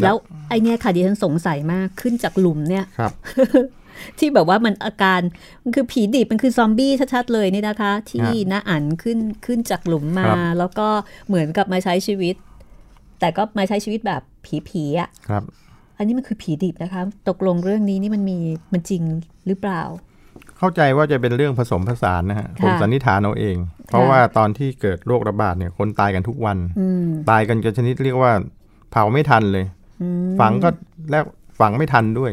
บ แล้วไอเนี่ยค่ะดิฉันสงสัยมากขึ้นจากหลุมเนี่ย ครับ ที่แบบว่ามันอาการมันคือผีดิบมันคือซอมบี้ชัดๆเลยนี่นะคะ ที่น้าอันขึ้นขึ้นจากหลุมมา ครับ แล้วก็เหมือนกับมาใช้ชีวิต แต่ก็มาใช้ชีวิตแบบผีๆอ่ะ ครับ อันนี้มันคือผีดิบนะคะ ตกลงเรื่องนี้นี่มันมีมันจริงหรือเปล่า เข้าใจว่าจะเป็นเรื่องผสมผสานนะฮะผมสันนิษฐานเอาเอง เพราะว่าตอนที่เกิดโรคระบาดเนี่ยคนตายกันทุกวัน อืม ตายกันจนชนิดเรียกว่า เผาไม่ทันเลย อืม ฝังก็แล้วฝังไม่ทันด้วย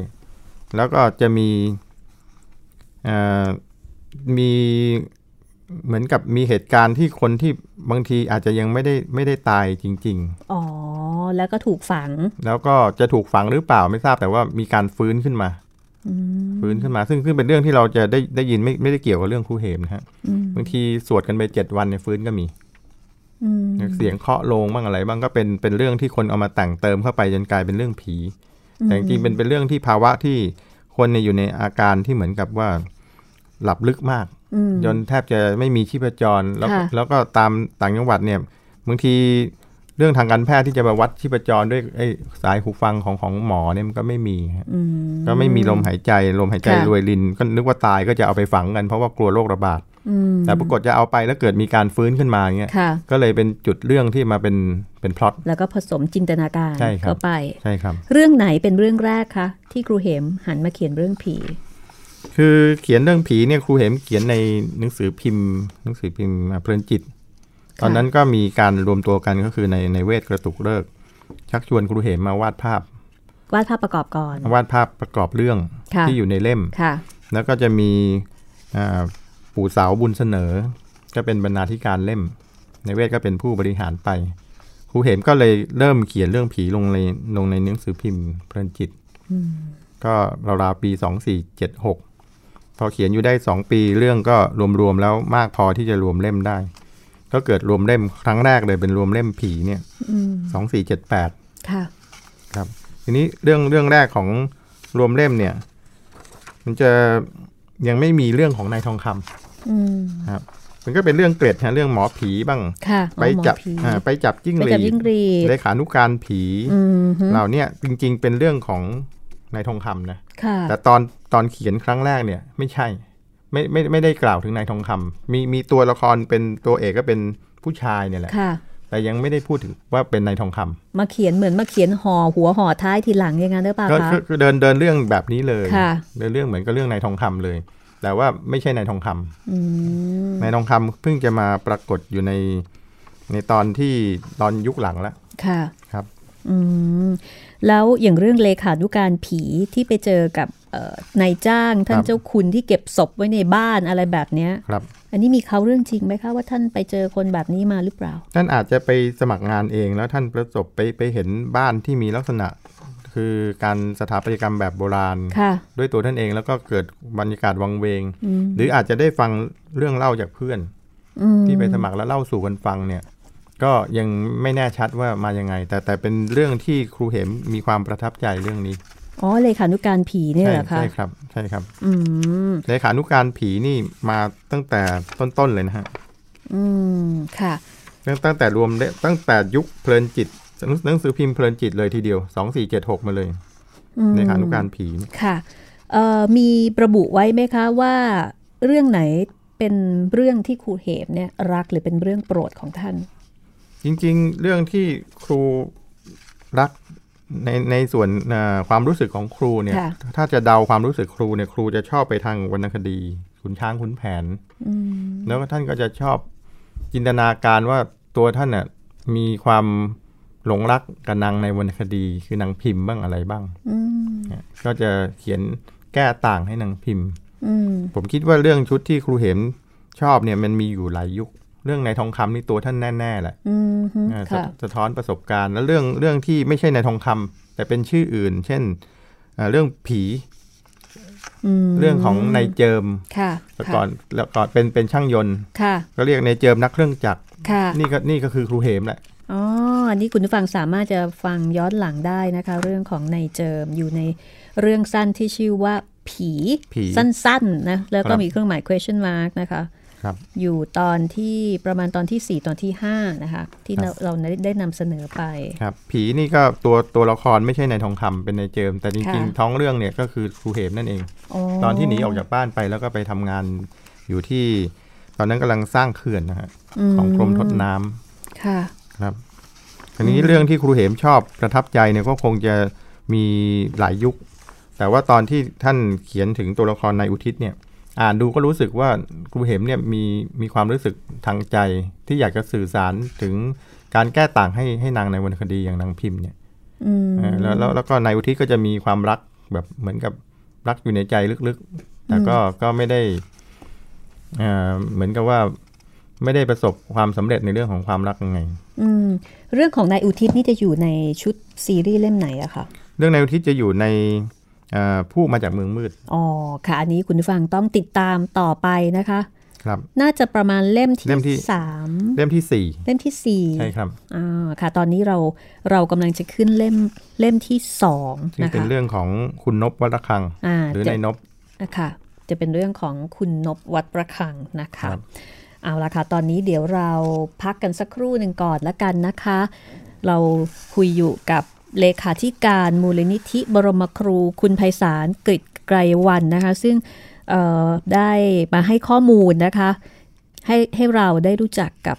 แล้วก็จะมีเอ่อมีเหมือนกับมีเหตุการณ์ที่คนที่บางทีอาจจะยังไม่ได้ไม่ได้ตายจริง อ๋อ แล้วก็ถูกฝัง ๆ แล้วก็จะถูกฝังหรือเปล่าไม่ทราบแต่ว่ามีการฟื้นขึ้นมาฟื้นขึ้นมา ซึ่งซึ่งเป็นเรื่องที่เราจะได้ได้ยินไม่ไม่ได้เกี่ยวกับเรื่องครูเหมนะฮะบางทีสวดกันไปเจ็ดวันเนี่ยฟื้นก็มี อืม เสียงเคาะโลงบ้างอะไรบ้างก็เป็นเป็นเรื่องที่คนเอามาแต่งเติมเข้าไปจนกลายเป็นเรื่องผี แต่จริงๆเป็นเป็นเรื่องที่ภาวะที่คนเนี่ยอยู่ในอาการที่เหมือนกับว่าหลับลึกมาก อืม จนแทบจะไม่มีชีพจรแล้วก็ ค่ะ แล้วก็ตามต่างจังหวัดเนี่ยบางทีเรื่องทางการแพทย์ที่จะมาวัดชีพจรด้วยไอ้สายหูฟังของของหมอเนี่ยมันก็ไม่มีฮะ อืม ก็ไม่มีลมหายใจลมหายใจ ค่ะ รวยรินก็นึกว่าตายก็จะเอาไปฝังกันเพราะว่ากลัวโรคระบาด อืม แต่ปรากฏจะเอาไปแล้วเกิดมีการฟื้นขึ้นมาอย่างเงี้ย ค่ะ ก็เลยเป็นจุดเรื่องที่มาเป็นเป็นพล็อต แล้วก็ผสมจินตนาการ ใช่ครับ เข้าไป ใช่ครับ เรื่องไหนเป็นเรื่องแรกคะที่ครูเหมหันมาเขียนเรื่องผี คือเขียนเรื่องผีเนี่ยครูเหมเขียนในหนังสือพิมพ์หนังสือพิมพ์เพลินจิต ตอนนั้นก็มีการรวมตัวกันก็คือในในเวทกระตุกเลิกษ์ชักชวนครูเหมมาวาดภาพ วาดภาพประกอบก่อน วาดภาพประกอบเรื่อง ค่ะ ที่อยู่ในเล่ม ค่ะ แล้วก็จะมีอ่าปู่สาวบุญเสนอ ก็เป็นบรรณาธิการเล่ม ในเวทก็เป็นผู้บริหารไปครูเหมก็เลยเริ่มเขียนเรื่องผีลงในลงในหนังสือพิมพ์เพลินจิตก็ราวๆปีสองสี่เจ็ดหกพอเขียนอยู่ได้สองปีเรื่องก็รวมๆแล้วมากพอที่จะรวมเล่มได้ ก็เกิดรวมเล่มครั้งแรกเลยเป็นรวมเล่มผีเนี่ยสองสี่เจ็ดแปด ค่ะ ครับทีนี้เรื่องเรื่องแรกของรวมเล่มเนี่ย มันจะยังไม่มีเรื่องของนายทองค อืม ำครับ มันก็เป็นเรื่องเกร็ดฮะเรื่องหมอผีบ้าง ค่ะ ไป อ๋อหมอ จับ ผี อ่าไปจับจิ้ง ไป หรี จับยิ่ง ด รีด เลขานุการผี อืมฮึ เหล่าเนี้ยจริงๆ เป็นเรื่องของนายทองคำนะ ค่ะ แต่ตอนตอนเขียนครั้งแรกเนี่ย ไม่ใช่ ไม่ไม่ไม่ได้กล่าวถึงนายทองคำมีมีตัวละครเป็นตัวเอกก็เป็นผู้ชายเนี่ยแหละ ค่ะ แต่ยังไม่ได้พูดถึงว่าเป็นนายทองคำ มาเขียนเหมือนมาเขียนห่อหัวห่อท้ายทีหลังอย่างนั้นหรือเปล่า ก็ คะ ก็ก็เดินเดินเรื่องแบบนี้เลย ค่ะ เดินเรื่องเหมือนกับเรื่องนายทองคำเลย แต่ว่าไม่ใช่นายทองคำ อืม นายทองคำเพิ่งจะมาปรากฏอยู่ในในตอนที่ตอนยุคหลังแล้ว ค่ะ ครับ อืม แล้วอย่างเรื่องเลขานุการผีที่ไปเจอกับเอ่อนายจ้างท่านเจ้าคุณที่เก็บศพไว้ในบ้านอะไรแบบเนี้ย ครับ อันนี้มีเขาเรื่องจริงไหมคะว่าท่านไปเจอคนแบบนี้มาหรือเปล่า ท่านอาจจะไปสมัครงานเองแล้วท่านประสบไปไปเห็นบ้านที่มีลักษณะ คือการสถาปัตยกรรมแบบโบราณ ค่ะ ด้วยตัวท่านเองแล้วก็เกิดบรรยากาศวังเวง อืม หรืออาจจะได้ฟังเรื่องเล่าจากเพื่อน ที่ไปสมัครแล้วเล่าสู่กันฟังเนี่ย ก็ยังไม่แน่ชัดว่ามายังไง แต่แต่เป็นเรื่องที่ครูเหมมีความประทับใจเรื่องนี้ อ๋อเลขานุการผีเนี่ย ใช่ เหรอคะ ใช่ครับใช่ครับ อืม เลขานุการผีนี่มาตั้งแต่ต้นๆเลยนะฮะ อืมค่ะ ตั้งตั้งแต่รวมได้ตั้งแต่ยุคเพลินจิตหนังสือพิมพ์เพลินจิตเลยทีเดียวสองสี่เจ็ดหกมาเลยในขานุการผีเนี่ย ค่ะเอ่อมีระบุไว้ไหมคะว่าเรื่องไหนเป็นเรื่องที่ครูเหมเนี่ยรักหรือเป็นเรื่องโปรดของท่าน จริง ๆ เรื่องที่ครูรักในในส่วนเอ่อความรู้สึกของครูเนี่ย ค่ะ ถ้าจะเดาความรู้สึกครูเนี่ยครูจะชอบไปทางวรรณคดีขุนช้างขุนแผน อืม แล้วก็ท่านก็จะชอบจินตนาการว่าตัวท่านน่ะมีความหลงรักกับนางในวรรณคดีคือนางพิมพ์บ้างอะไรบ้าง อืม ก็จะเขียนแก้ต่างให้นางพิมพ์ อืม ผมคิดว่าเรื่องชุดที่ครูเห็มชอบเนี่ยมันมีอยู่หลายยุค เรื่องนายทองคำนี่ตัวท่านแน่ๆแหละ อืมฮึ อ่าสะ ค่ะ สะท้อนประสบการณ์ แล้วเรื่องเรื่องที่ไม่ใช่นายทองคำแต่เป็นชื่ออื่น เช่นอ่าเรื่องผี อืม เรื่องของนายเจิม ค่ะ แต่ก่อนแล้วก่อนเป็นเป็นช่างยนต์ ค่ะ ก็เรียกนายเจิมนักเครื่องจักร ค่ะ นี่ก็นี่ก็คือครูเหมแหละ อ๋ออันนี้คุณผู้ฟังสามารถจะฟังย้อนหลังได้นะคะ เรื่องของนายเจิมอยู่ในเรื่องสั้นที่ชื่อว่าผี ผี สั้นๆนะแล้วก็ ครับ มีเครื่องหมาย question mark นะคะ ครับ อยู่ตอนที่ประมาณตอนที่ 4 ตอนที่ 5 นะคะ ที่ ครั เรา บ เราได้นำเสนอไป ครับ ผีนี่ก็ตัวตัวละครไม่ใช่นายทองคำเป็นนายเจิม แต่จริง ค่ะ ๆท้องเรื่องเนี่ยก็คือครูเหมนั่นเอง ตอนที่หนีออกจากบ้านไปแล้วก็ไปทำงานอยู่ที่ตอนนั้นกำลังสร้างเขื่อนนะฮะของกรมทดน้ำ ค่ะ ครับทีนี้เรื่องที่ครูเหมชอบประทับใจเนี่ยก็คงจะมีหลายยุค แต่ว่าตอนที่ท่านเขียนถึงตัวละครนายอุทิศเนี่ยอ่านดูก็รู้สึกว่าครูเหมเนี่ยมีมีความรู้สึกทางใจที่อยากจะสื่อสารถึงการแก้ต่างให้ให้นางในวรรณคดีอย่างนางพิมพ์เนี่ย อืม เออแล้วแล้วแล้วก็นายอุทิศก็จะมีความรักแบบเหมือนกับรักอยู่ในใจลึกๆ แต่ก็ก็ไม่ได้เอ่อเหมือนกับว่าไม่ได้ประสบความสำเร็จในเรื่องของความรักยังไง อืม เรื่องของนายอุทิศนี่จะอยู่ในชุดซีรีส์เล่มไหนอะคะ เรื่องในอุทิศจะอยู่ในเอ่อผู้มาจากเมืองมืด อ๋อ ค่ะ อันนี้คุณผู้ฟังต้องติดตามต่อไปนะคะ ครับ น่าจะประมาณเล่มที่ เล่มที่ สาม เล่มที่สี่ เล่มที่สี่ ใช่ครับ อ่าค่ะ ตอนนี้เราเรากำลังจะขึ้นเล่มเล่มที่สอง ซึ่ง นะ เป็น คะ เรื่องของคุณนบวัดระคัง อ่า หรือ จะ นายนบ นะคะจะเป็นเรื่องของคุณนบวัดประคังนะ ครั คะ บ เอาละค่ะ ตอนนี้เดี๋ยวเราพักกันสักครู่หนึ่งก่อนละกันนะคะ เราคุยอยู่กับเลขาธิการมูลนิธิบรมครู คุณไพศาลกฤตไกรวันนะคะ ซึ่งเอ่อได้มาให้ข้อมูลนะคะ ให้ให้เราได้รู้จักกับ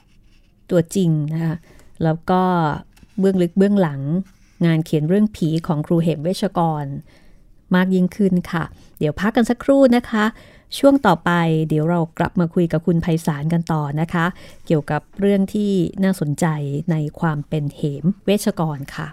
ตัวจริงนะคะ แล้วก็เบื้องลึกเบื้องหลังงานเขียนเรื่องผีของครูเหมเวชกร มากยิ่งขึ้นค่ะ เดี๋ยวพักกันสักครู่นะคะ ช่วงต่อไปเดี๋ยวเรากลับมาคุยกับคุณไพศาลกันต่อนะคะ เกี่ยวกับเรื่องที่น่าสนใจในความเป็นเหมเวชกรค่ะ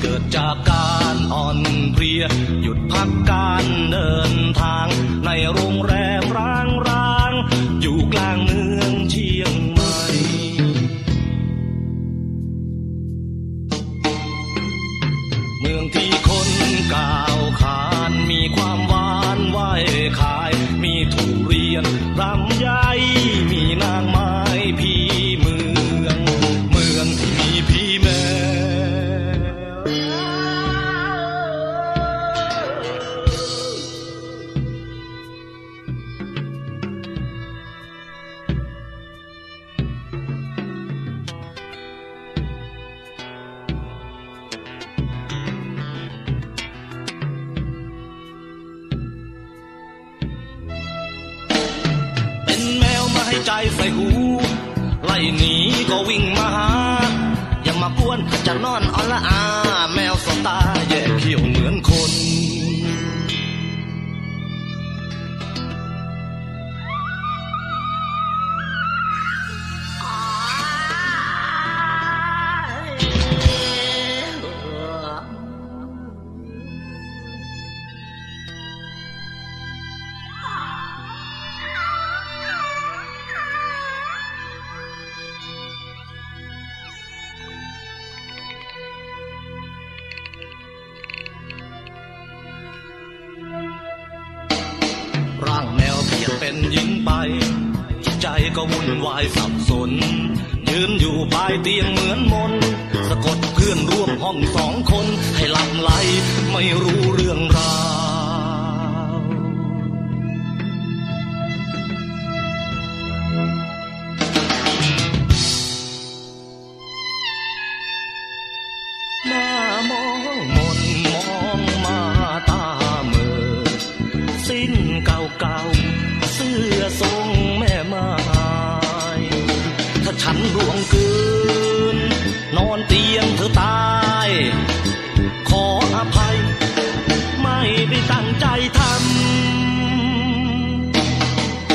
เกิดจากการอ่อนเพลีย หยุดพักการเดินทาง ในโรงแรมร้างร้างๆอยู่กลางเมืองเชียงใหม่ เมืองที่คนก้าวขานมีความหวานไหวขาย มีทุเรียนรำไยมีนางไม้พี่เมือง เมืองที่มีพี่แมว เ ใส่หู ไล่หนีก็วิ่งมาหา อย่ามากวนจะนอนออนละอา แมวสตาแย่เขี้ยวเหมือนคน ร่างแมวเปลี่ยนเป็นหญิงไป จิตใจก็วุ่นวายสับสน ยืนอยู่ปลายเตียงเหมือนมนต์สะกดเพื่อนร่วมห้องสองคน ให้หลับไหลไม่รู้เรื่องราว หน้ามองมนมองมาตาเหมือ สิ้นเก่าเก่าๆเสื้อทรงแม่ไม้ถ้าฉันร่วงเกิน นอนเตียงเธอตาย ขออภัย ไม่ได้ตั้งใจทำ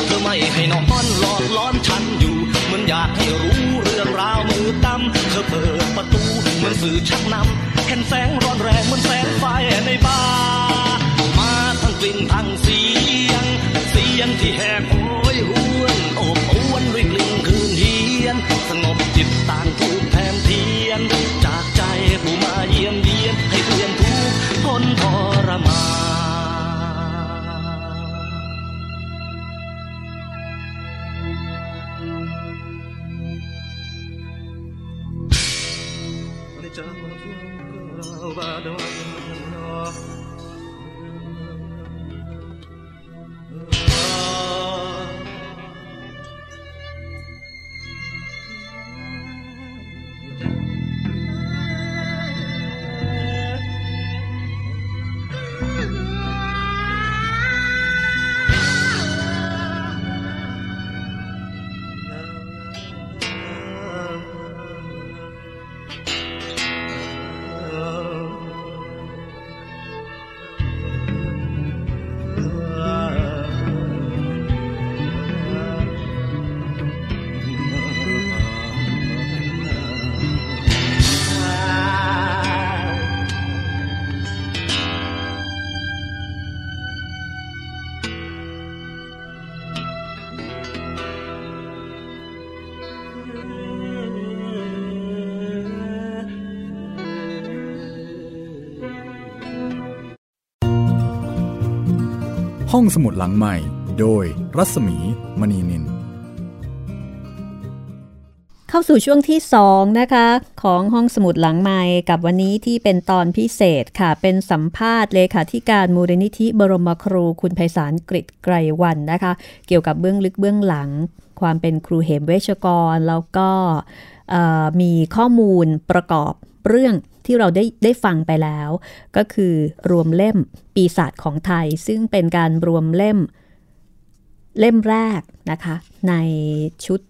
เธอไม่ให้นอนหลอกล้อนฉันอยู่เหมือนอยากให้รู้เรื่องราวมือตั้มเธอเปิดประตูเหมือนสื่อชักนำเห็นแสงร้อนแรงเหมือนแสงไฟในบาร์มาทั้งกลิ่นทั้งเสียง เสียงที่แหบโหยหวนอบอวนด้วยกลิ่นคืนเฮียน สงบจิตต่างถูกแทนเทียน จากใจผู้มาเยี่ยมเยียนให้เพื่อนทุกข์ทนทรมาน ห้องสมุดหลังใหม่ โดยรัศมีมณีนิน เข้าสู่ช่วงที่ 2 นะคะ ของห้องสมุดหลังไม้กับวันนี้ที่เป็นตอนพิเศษค่ะ เป็นสัมภาษณ์เลขาธิการมูลนิธิบรมครูคุณไพศาลกริตไกรวันนะคะ เกี่ยวกับเบื้องลึกเบื้องหลัง ความเป็นครูเหมเวชกร แล้วก็เอ่อมีข้อมูลประกอบเรื่องที่เราได้ได้ฟังไปแล้ว ก็คือรวมเล่มปีศาจของไทย ซึ่งเป็นการรวมเล่มเล่มแรกนะคะ ในชุด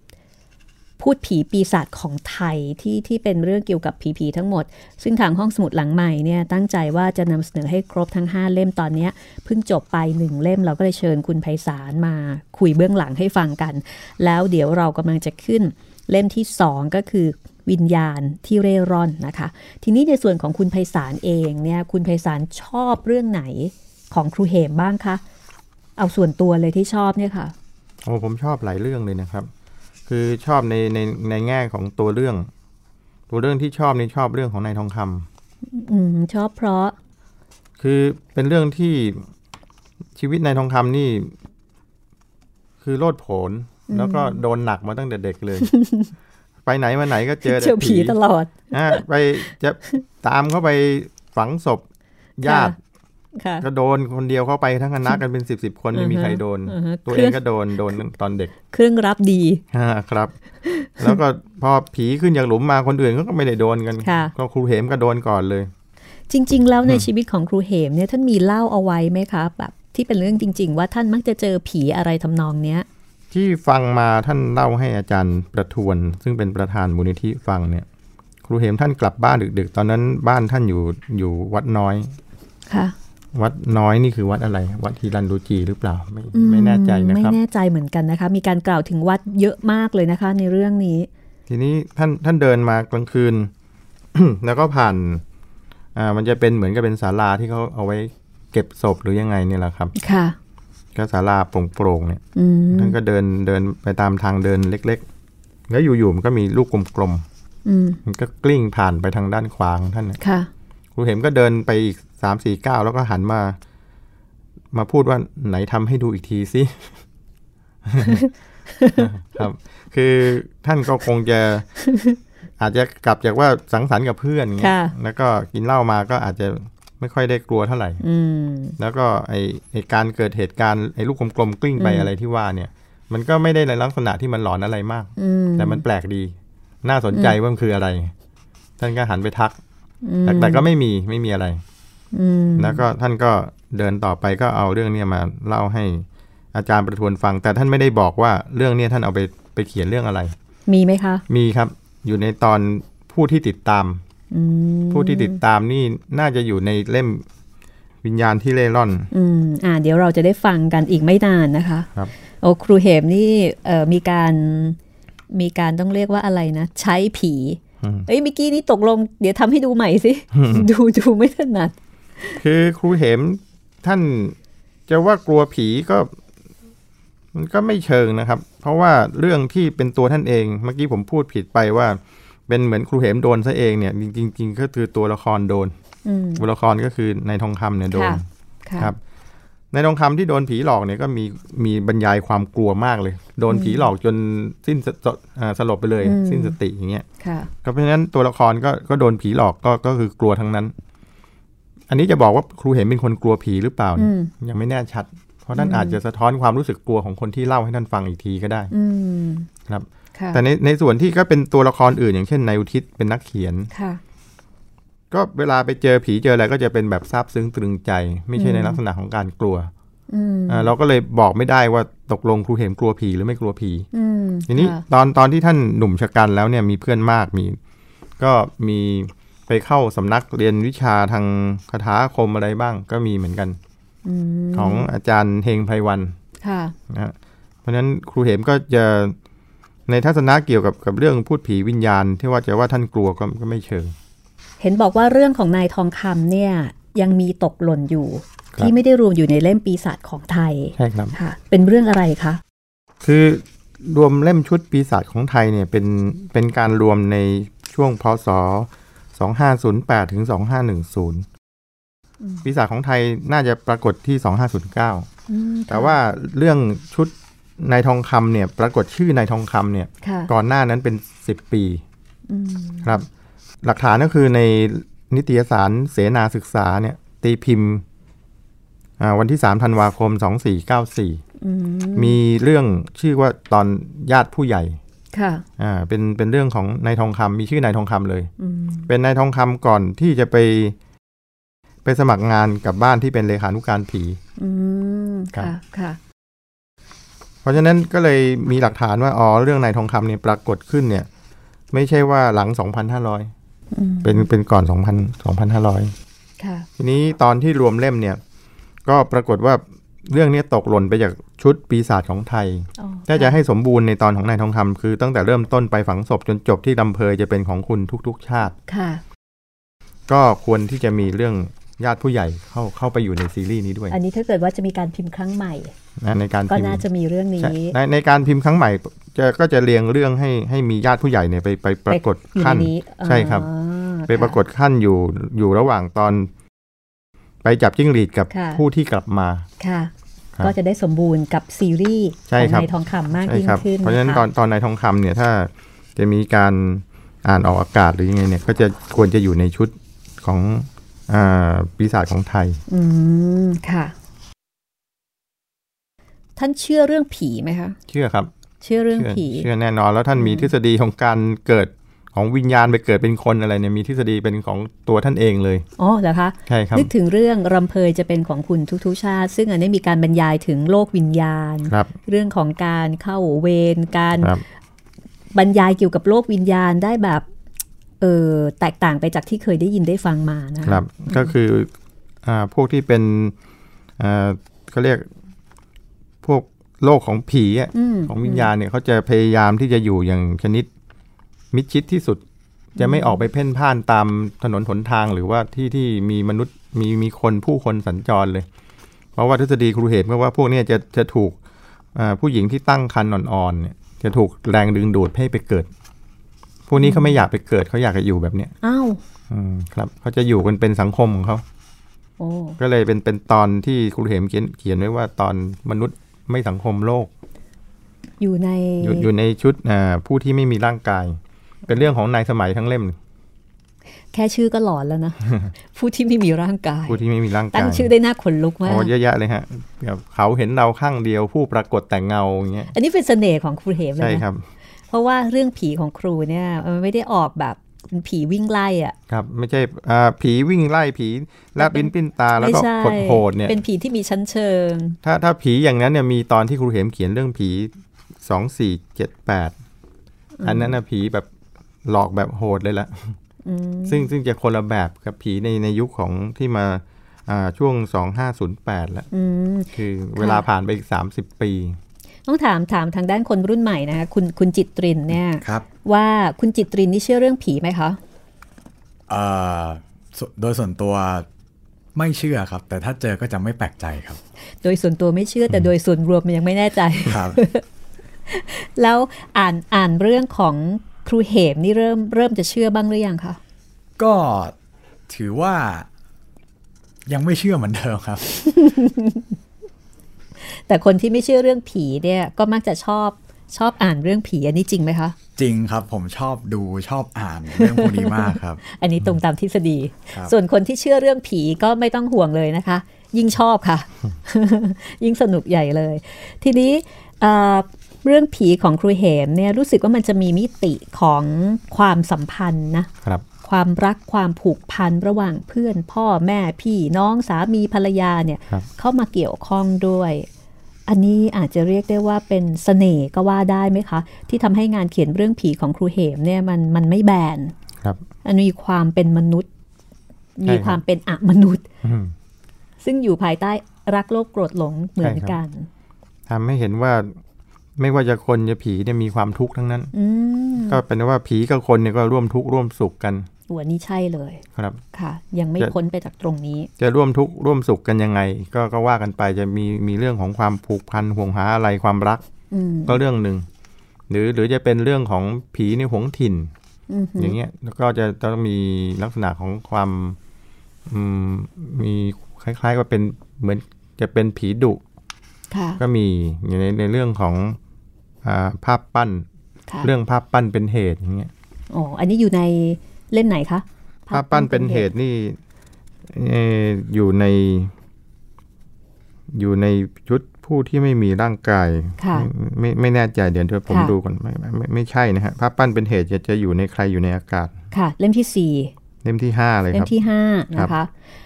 พูดผีปีศาจของไทยที่ที่เป็นเรื่องเกี่ยวกับผีผีๆทั้งหมด ซึ่งทางห้องสมุดหลังใหม่เนี่ยตั้งใจว่าจะนำเสนอให้ครบทั้ง 5 เล่มตอนเนี้ยเพิ่งจบไป 1 เล่มเราก็เลยเชิญคุณไพศาลมาคุยเบื้องหลังให้ฟังกัน แล้วเดี๋ยวเรากำลังจะขึ้น เล่มที่ 2 ก็คือวิญญาณที่เร่ร่อนนะคะ ทีนี้ในส่วนของคุณไพศาลเองเนี่ยคุณไพศาลชอบเรื่องไหนของครูเหมบ้างคะเอาส่วนตัวเลยที่ชอบเนี่ยค่ะ โอ้ผมชอบหลายเรื่องเลยนะครับ คือชอบในในในแง่ของตัวเรื่อง ตัวเรื่องที่ชอบนี่ชอบเรื่องของนายทองคำ อืมชอบเพราะ คือเป็นเรื่องที่ชีวิตนายทองคำนี่ คือโลดโผน แล้วก็โดนหนักมาตั้งแต่เด็กเลย ไปไหนมาไหนก็เจอแต่ เจอผีตลอด อ่ะไปจะตามเข้าไปฝังศพญาติ ค่ะ ก็โดนคนเดียวเข้าไปทั้งคณะกันเป็นสิบสิบคนไม่มีใครโดน อือฮะ ตัวเองก็โดนโดนตอนเด็ก เครื่องรับดี อ่าครับ แล้วก็พอผีขึ้นจากหลุมมาคนอื่นเขาก็ไม่ได้โดนกัน ค่ะ ก็ครูเหมก็โดนก่อนเลย จริง ๆ แล้วในชีวิตของครูเหมเนี่ยท่านมีเล่าเอาไว้ไหมคะแบบที่เป็นเรื่องจริง ๆ ว่าท่านมักจะเจอผีอะไรทำนองเนี้ย ที่ฟังมาท่านเล่าให้อาจารย์ประทวน ซึ่งเป็นประธานมูลนิธิฟังเนี่ย ครูเหมท่านกลับบ้านดึกๆ ตอนนั้นบ้านท่านอยู่อยู่วัดน้อย ค่ะ วัดน้อยนี่คือวัดอะไร วัดฮิรันดูจีหรือเปล่าไม่ไม่แน่ใจนะ ไม่ ครับ แน่ใจเหมือนกันนะคะ มีการกล่าวถึงวัดเยอะมากเลยนะคะ ในเรื่องนี้ ทีนี้ท่านท่านเดินมากลางคืน แล้วก็ผ่านอ่ามันจะเป็นเหมือนกับเป็นศาลาที่เขาเอาไว้เก็บศพหรือยังไงเนี่ยแหละครับ ค่ะ ก็ศาลาโปร่งๆเนี่ย อืม ท่านก็เดินเดินไปตามทางเดินเล็ก ๆ แล้วอยู่ๆมันก็มีลูกกลม อืม ๆมันก็กลิ้งผ่านไปทางด้านขวาของท่านน่ะ ค่ะ ครูเห็มก็เดินไปอีกสามสี่ก้าวแล้วก็หันมา มาพูดว่าไหนทำให้ดูอีกทีสิ ครับ คือท่านก็คงจะ อาจจะกลับจากว่าสังสรรค์กับเพื่อนเงี้ย ค่ะ แล้วก็กินเหล้ามาก็อาจจะไม่ค่อยได้กลัวเท่าไหร่ อืม แล้วก็ไอไอการเกิดเหตุการณ์ไอลูกกลมๆกลิ้งไป อืม อะไรที่ว่าเนี่ย มันก็ไม่ได้ในลักษณะที่มันหลอนอะไรมาก อืม แต่มันแปลกดี น่าสนใจว่ามันคืออะไร ท่านก็หันไปทัก อืม แต่แต่ก็ไม่มีไม่มีอะไร อืม แล้วก็ท่านก็เดินต่อไปก็เอาเรื่องเนี้ยมาเล่าให้อาจารย์ประทวนฟัง แต่ท่านไม่ได้บอกว่าเรื่องเนี้ยท่านเอาไปไปเขียนเรื่องอะไร มีไหมคะ มีครับ อยู่ในตอนผู้ที่ติดตาม อืม ผู้ที่ติดตามนี่น่าจะอยู่ในเล่มวิญญาณที่เล่ร่อน อืมอ่าเดี๋ยวเราจะได้ฟังกันอีกไม่นานนะคะ ครับ โอ้ครูเหมนี่เอ่อมีการมีการต้องเรียกว่าอะไรนะ ใช้ผี อืม เอ้ยเมื่อกี้นี้ตกลง เดี๋ยวทำให้ดูใหม่สิดูดูไม่ถนัด คือครูเหมท่านจะว่ากลัวผีก็ มันก็ไม่เชิงนะครับ เพราะว่าเรื่องที่เป็นตัวท่านเอง เมื่อกี้ผมพูดผิดไปว่า เป็นเหมือนครูเหมโดนซะเองเนี่ย จริงๆจริงๆก็คือตัวละครโดน อืม ตัวละครก็คือนายทองคำเนี่ยโดน ค่ะ ค่ะ ครับ นายทองคำที่โดนผีหลอกเนี่ยก็มีมีบรรยายความกลัวมากเลย โดนผีหลอกจนสิ้นสติอ่าสลบไปเลย อืม สิ้นสติอย่างเงี้ย ค่ะ ก็เพราะฉะนั้นตัวละครก็ก็โดนผีหลอกก็ก็คือกลัวทั้งนั้น อันนี้จะบอกว่าครูเห็นเป็นคนกลัวผีหรือเปล่าเนี่ย อืม ยังไม่แน่ชัด เพราะท่านอาจจะสะท้อนความรู้สึกกลัวของคนที่เล่าให้ท่านฟังอีกทีก็ได้ อืม ครับ ค่ะ แต่ในในส่วนที่ก็เป็นตัวละครอื่น อย่างเช่นนายอุทิศเป็นนักเขียน ค่ะ ก็เวลาไปเจอผีเจออะไรก็จะเป็นแบบซาบซึ้งตรึงใจ ไม่ใช่ในลักษณะของการกลัว อืม อ่าเราก็เลยบอกไม่ได้ว่าตกลงครูเห็นกลัวผีหรือไม่กลัวผี อืม ทีนี้ ค่ะ ตอนตอนที่ท่านหนุ่มชะกันแล้วเนี่ยมีเพื่อนมากมี ก็มีไปเข้าสำนักเรียนวิชาทางคาถาอาคมอะไรบ้าง ก็มีเหมือนกัน อืม ของอาจารย์เฮงไพรวัน ค่ะ นะฮะเพราะฉะนั้นครูเหมก็จะในทัศนะเกี่ยวกับกับเรื่องพูดผีวิญญาณ ที่ว่าจะว่าท่านกลัวก็ก็ไม่เชิง เห็นบอกว่าเรื่องของนายทองคำเนี่ย ยังมีตกหล่นอยู่ ครับ ที่ไม่ได้รวมอยู่ในเล่มปีศาจของไทย ใช่ครับ ค่ะ เป็นเรื่องอะไรคะ คือรวมเล่มชุดปีศาจของไทยเนี่ยเป็นเป็นการรวมในช่วงพศ 2508 ถึง 2510 ปีศาจของไทยน่าจะปรากฏที่ 2509 แต่ว่าเรื่องชุดนายทองคำเนี่ยปรากฏชื่อนายทองคำเนี่ย ค่ะ ก่อนหน้านั้นเป็น 10 ปี อืม ครับ หลักฐานก็คือในนิตยสารเสนาศึกษาเนี่ยตีพิมพ์อ่าวันที่ 3 ธันวาคม 2494 อืม มีเรื่องชื่อว่าตอนญาติผู้ใหญ่ ค่ะ อ่า เป็น เป็นเรื่องของนายทองคำ มีชื่อนายทองคำเลย อืม เป็นนายทองคำก่อนที่จะไป ไปสมัครงานกับบ้านที่เป็นเลขานุการผี อืม ครับ ค่ะค่ะ เพราะฉะนั้นก็เลยมีหลักฐานว่า อ๋อ เรื่องนายทองคำเนี่ยปรากฏขึ้นเนี่ย ไม่ใช่ว่าหลัง 2,500 อืม เป็น เป็นก่อน 2,000 2,500 ค่ะ ทีนี้ตอนที่รวมเล่มเนี่ย ก็ปรากฏว่าเรื่องเนี้ยตกหล่นไปจากชุดปีศาจของไทย อ๋อ ถ้าจะให้สมบูรณ์ในตอนของนายทองคำคือตั้งแต่เริ่มต้นไปฝังศพจนจบที่ลำเพยจะเป็นของคุณทุกๆ ชาติ ค่ะ ก็ควรที่จะมีเรื่องญาติผู้ใหญ่เข้าเข้าไปอยู่ในซีรีส์นี้ด้วย อันนี้ถ้าเกิดว่าจะมีการพิมพ์ครั้งใหม่ นะในการ ก็ พิม น่า พ์ จะมีเรื่อง ใช่ นี้ ในในการพิมพ์ครั้งใหม่จะก็จะเรียงเรื่องให้ให้มีญาติผู้ใหญ่เนี่ยไปไปปรากฏ อยู่ ขั้น ในนี้ ใช่ครับ อ๋อ ไปปราก ค่ะ ฏขั้นอยู่อยู่ระหว่างตอน ไปจับจิ้งหรีดกับ ค่ะ ผู้ที่กลับมา ค่ะ ครับ ก็จะได้สมบูรณ์กับซีรีส์ ใช่ ของ ครับ นายทองคำมาก ใช่ ยิ่ง ครับ ขึ้น เพราะฉะนั้น ค ตอนตอนนายทองคำเนี่ยถ้าจะมีการอ่านออกอากาศหรือยังไงเนี่ยก็จะควรจะอยู่ในชุดของอาปีศาจของไทย อืมค่ะ ท่านเชื่อเรื่องผีไหมคะ เชื่อครับ เชื่อเรื่อง เชื่อ ผี เชื่อแน่นอนแล้วท่านมีทฤษฎีของการเกิด ของวิญญาณไปเกิดเป็นคนอะไรเนี่ยมีทฤษฎีเป็นของตัวท่านเองเลย อ๋อเหรอคะ ใช่ครับ นึกถึงเรื่องรำเพยจะเป็นของคุณทุกๆชาติ ซึ่งอันนี้มีการบรรยายถึงโลกวิญญาณ ครับ เรื่องของการเข้าเวรการ ครับ บรรยายเกี่ยวกับโลกวิญญาณได้แบบเออแตกต่างไปจากที่เคยได้ยินได้ฟังมานะครับ ก็คืออ่าพวกที่เป็นอ่าเขาเรียกพวกโลกของผีอะ อืม ของวิญญาณเนี่ยเขาจะพยายามที่จะอยู่อย่างชนิดมิดชิดที่สุด จะไม่ออกไปเพ่นพ่านตามถนนหนทางหรือว่าที่ที่มีมนุษย์มีมีคนผู้คนสัญจรเลย เพราะว่าทฤษฎีครูเหตุก็ว่าพวกเนี้จะจะถูกอ่าผู้หญิงที่ตั้งครรภ์อ่อนๆเนี่ยจะถูกแรงดึงดูดให้ไปเกิด พวกนี้เขาไม่อยากไปเกิดเขาอยากจะอยู่แบบเนี้ย อ้าว อืมครับเขาจะอยู่กันเป็นสังคมของเขา โอ้ ก็เลยเป็นเป็นตอนที่ครูเหมเขียนเขียนไว้ว่าตอนมนุษย์ไม่สังคมโลก อยู่ใน อยู่อยู่ในชุดอ่าผู้ที่ไม่มีร่างกาย เป็นเรื่องของนายสมัยทั้งเล่ม แค่ชื่อก็หลอนแล้ว นะ ผู้ที่ไม่มีร่างกาย ผู้ที่ไม่มีร่างกาย ตั้งชื่อได้น่าขนลุกมาก โอ้เยอะแยะเลยฮะแบบเขาเห็นเราข้างเดียวผู้ปรากฏแต่เงาอย่างเงี้ย อันนี้เป็นเสน่ห์ของครูเหมเล ใช่ ยนะครับ เพราะว่าเรื่องผีของครูเนี่ยมันไม่ได้ออกแบบเป็นผีวิ่งไล่อ่ะ ครับ ไม่ใช่อ่าผีวิ่งไล่ผีแลบลิ้นปิ้นตาแล้ว ไม่ ก็ ใช่ ขดโหดเนี่ย เป็นผีที่มีชั้นเชิง ถ้าถ้าผีอย่างนั้นเนี่ยมีตอนที่ครูเหมเขียนเรื่องผีสองสี่เจ็ดแปดอันนั้นนะผีแบบหลอกแบบโหดเลยละซึ่งซึ่งจะคนละแบบกับผีในในยุคของที่มาอ่าช่วงสองห้าศูนย์แปดละ อืม คือเวลาผ่านไปอีกสามสิบปี ต้องถามถามทางด้านคนรุ่นใหม่นะคะคุณคุณจิตรินเนี่ย ครับ ว่าคุณจิตรินนี่เชื่อเรื่องผีไหมคะ เอ่อส่วนโดยส่วนตัวไม่เชื่อครับ แต่ถ้าเจอก็จะไม่แปลกใจครับ โดยส่วนตัวไม่เชื่อแต่โดยส่วนรวมมันยังไม่แน่ใจค รับ แล้วอ่านอ่านเรื่องของครูเหมนี่เริ่มเริ่มจะเชื่อบ้างหรือยังคะ ก็ถือว่ายังไม่เชื่อเหมือนเดิมครับ แต่คนที่ไม่เชื่อเรื่องผีเนี่ยก็มักจะชอบชอบอ่านเรื่องผีอันนี้จริงไหมคะ จริงครับผมชอบดูชอบอ่านเรื่องพวกนี้มากครับ อันนี้ตรงตามทฤษฎี ครับ ส่วนคนที่เชื่อเรื่องผีก็ไม่ต้องห่วงเลยนะคะ ยิ่งชอบค่ะ ยิ่งสนุกใหญ่เลย ทีนี้เอ่อเรื่องผีของครูเหมเนี่ยรู้สึกว่ามันจะมีมิติของความสัมพันธ์นะ ครับ ความรักความผูกพันระหว่างเพื่อนพ่อแม่พี่น้องสามีภรรยาเนี่ย ครับ เข้ามาเกี่ยวข้องด้วย อันนี้อาจจะเรียกได้ว่าเป็นเสน่ห์ก็ว่าได้ไหมคะ ที่ทำให้งานเขียนเรื่องผีของครูเหมเนี่ยมันมันไม่แบน ครับ มันมีความเป็นมนุษย์ ใช่ครับ มีความเป็นอะมนุษย์ อืม ซึ่งอยู่ภายใต้รักโลกโกรธหลงเหมือนกัน ทำให้เห็นว่าไม่ว่าจะคนจะผีเนี่ยมีความทุกข์ทั้งนั้น อืม ก็เป็นว่าผีกับคนเนี่ยก็ร่วมทุกข์ร่วมสุขกัน หัวนี้ใช่เลย ครับ ค่ะ ยังไม่ จะ พ้นไปจากตรงนี้ จะร่วมทุกข์ร่วมสุขกันยังไง ก็ก็ว่ากันไปจะมีมีเรื่องของความผูกพันห่วงหาอะไรความรัก อืม ก็เรื่องหนึ่งหรือหรือจะเป็นเรื่องของผีในห่วงถิ่น อืม อย่างเงี้ยแล้วก็จะต้องมีลักษณะของความอืมมีคล้ายๆว่าเป็นเหมือนจะเป็นผีดุ ค่ะ ก็มีอย่างในในเรื่องของอาภาพปั้น ค่ะ เรื่องภาพปั้นเป็นเหตุอย่างเงี้ย อ๋ออันนี้อยู่ในเล่มไหนคะ ภาพปั้นเป็นเหตุนี่เอ่ออยู่ใน อยู่ในชุดผู้ที่ไม่มีร่างกาย ค่ะ ไม่ไม่แน่ใจเดี๋ยวเดี๋ยวผม ค่ะ ดูก่อนไม่ไมไม่ไม่ใช่นะฮะภาพปั้นเป็นเหตุจะจะอยู่ในใครอยู่ในอากาศ ค่ะ เล่มที่สี่ เล่มที่ห้าเลย เล่ ค ม รับ ที่ห้า ครั นะ บ คะ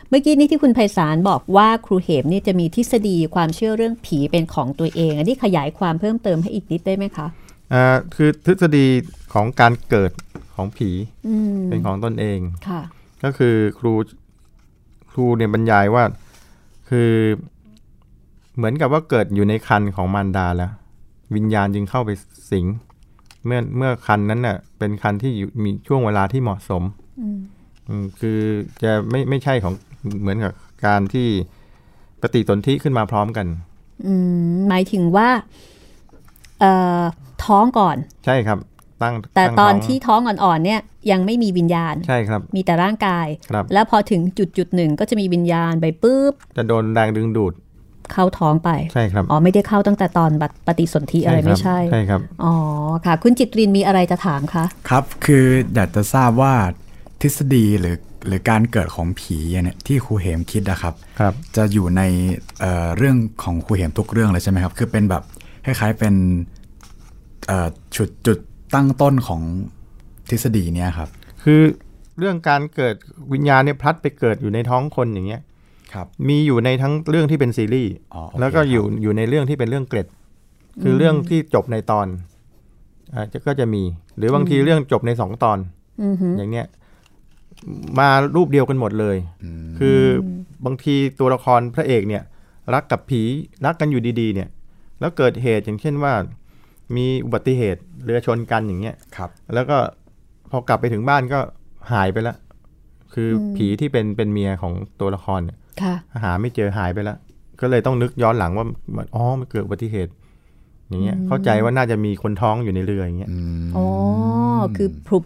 เมื่อกี้นี้ที่คุณไพศาลบอกว่าครูเหมเนี่ยจะมีทฤษฎีความเชื่อเรื่องผีเป็นของตัวเอง อันนี้ขยายความเพิ่มเติมให้อีกนิดได้ไหมคะ อ่าคือทฤษฎีของการเกิดของผี อืม เป็นของตนเอง ค่ะ ก็คือครูครูเนี่ยบรรยายว่าคือเหมือนกับว่าเกิดอยู่ในคันของมารดาแล้ว วิญญาณจึงเข้าไปสิง เมื่อเมื่อคันนั้นน่ะเป็นคันที่อยู่มีช่วงเวลาที่เหมาะสมอืมคือจะไม่ไม่ใช่ของเหมือนกับการที่ปฏิสนธิขึ้นมาพร้อมกัน อืมหมายถึงว่าเอ่อท้องก่อน ใช่ครับ ตั้ง แต่ ง ตอน ท้ง ที่ท้องอ่อนๆเนี่ยยังไม่มีวิญญาณ ใช่ครับ มีแต่ร่างกาย ครับ แล้วพอถึงจุดจุดๆหนึ่งก็จะมีวิญญาณไปปุ๊บ จะโดนแรงดึงดูด เข้าท้องไป ใช่ครับ อ๋อไม่ได้เข้าตั้งแต่ตอนบัตรปฏิสนธิอะไร คบ ไม่ใช่ ใช่ครับ อ๋อค่ะ คุณจิตรินมีอะไรจะถามคะ ครับ คืออยากจะทราบว่าทฤษฎีหรือหรือการเกิดของผีเนี่ยที่ครูเหมคิดนะครับ ครับ จะอยู่ในเอ่อเรื่องของครูเหมทุกเรื่องเลยใช่ไหมครับ คือเป็นแบบคล้ายๆเป็นเอ่อจุดจุดตั้งต้นของ ทฤษฎีเนี้ยครับ คือเรื่องการเกิดวิญญาณเนี่ยพลัดไปเกิดอยู่ในท้องคนอย่างเงี้ย ครับ มีอยู่ในทั้งเรื่องที่เป็นซีรีส์ อ๋อโอเค แล้วก็ ครับ อยู่อยู่ในเรื่องที่เป็นเรื่องเกร็ด คือเรื่องที่จบในตอนอาจจะก็จะมี หรือบางทีเรื่องจบในสองตอน อือฮึ อย่างเนี้ยมารูปเดียวกันหมดเลย คือบางทีตัวละครพระเอกเนี่ย รักกับผีรักกันอยู่ดีๆ เนี่ย แล้วเกิดเหตุอย่างเช่นว่า มีอุบัติเหตุเรือชนกันอย่างเงี้ย ครับ แล้วก็พอกลับไปถึงบ้านก็หายไปละคืออผีที่เป็นเป็นเมียของตัวละครเนี่ย ค่ะ หาไม่เจอหายไปแล้ว ก็เลยต้องนึกย้อนหลังว่ามันอ๋อมันเกิดอุบัติเหตุ อย่างเงี้ย เข้าใจว่าน่าจะมีคนท้องอยู่ในเรืออย่างเงี้ย อืม อ๋อ คือพลุบ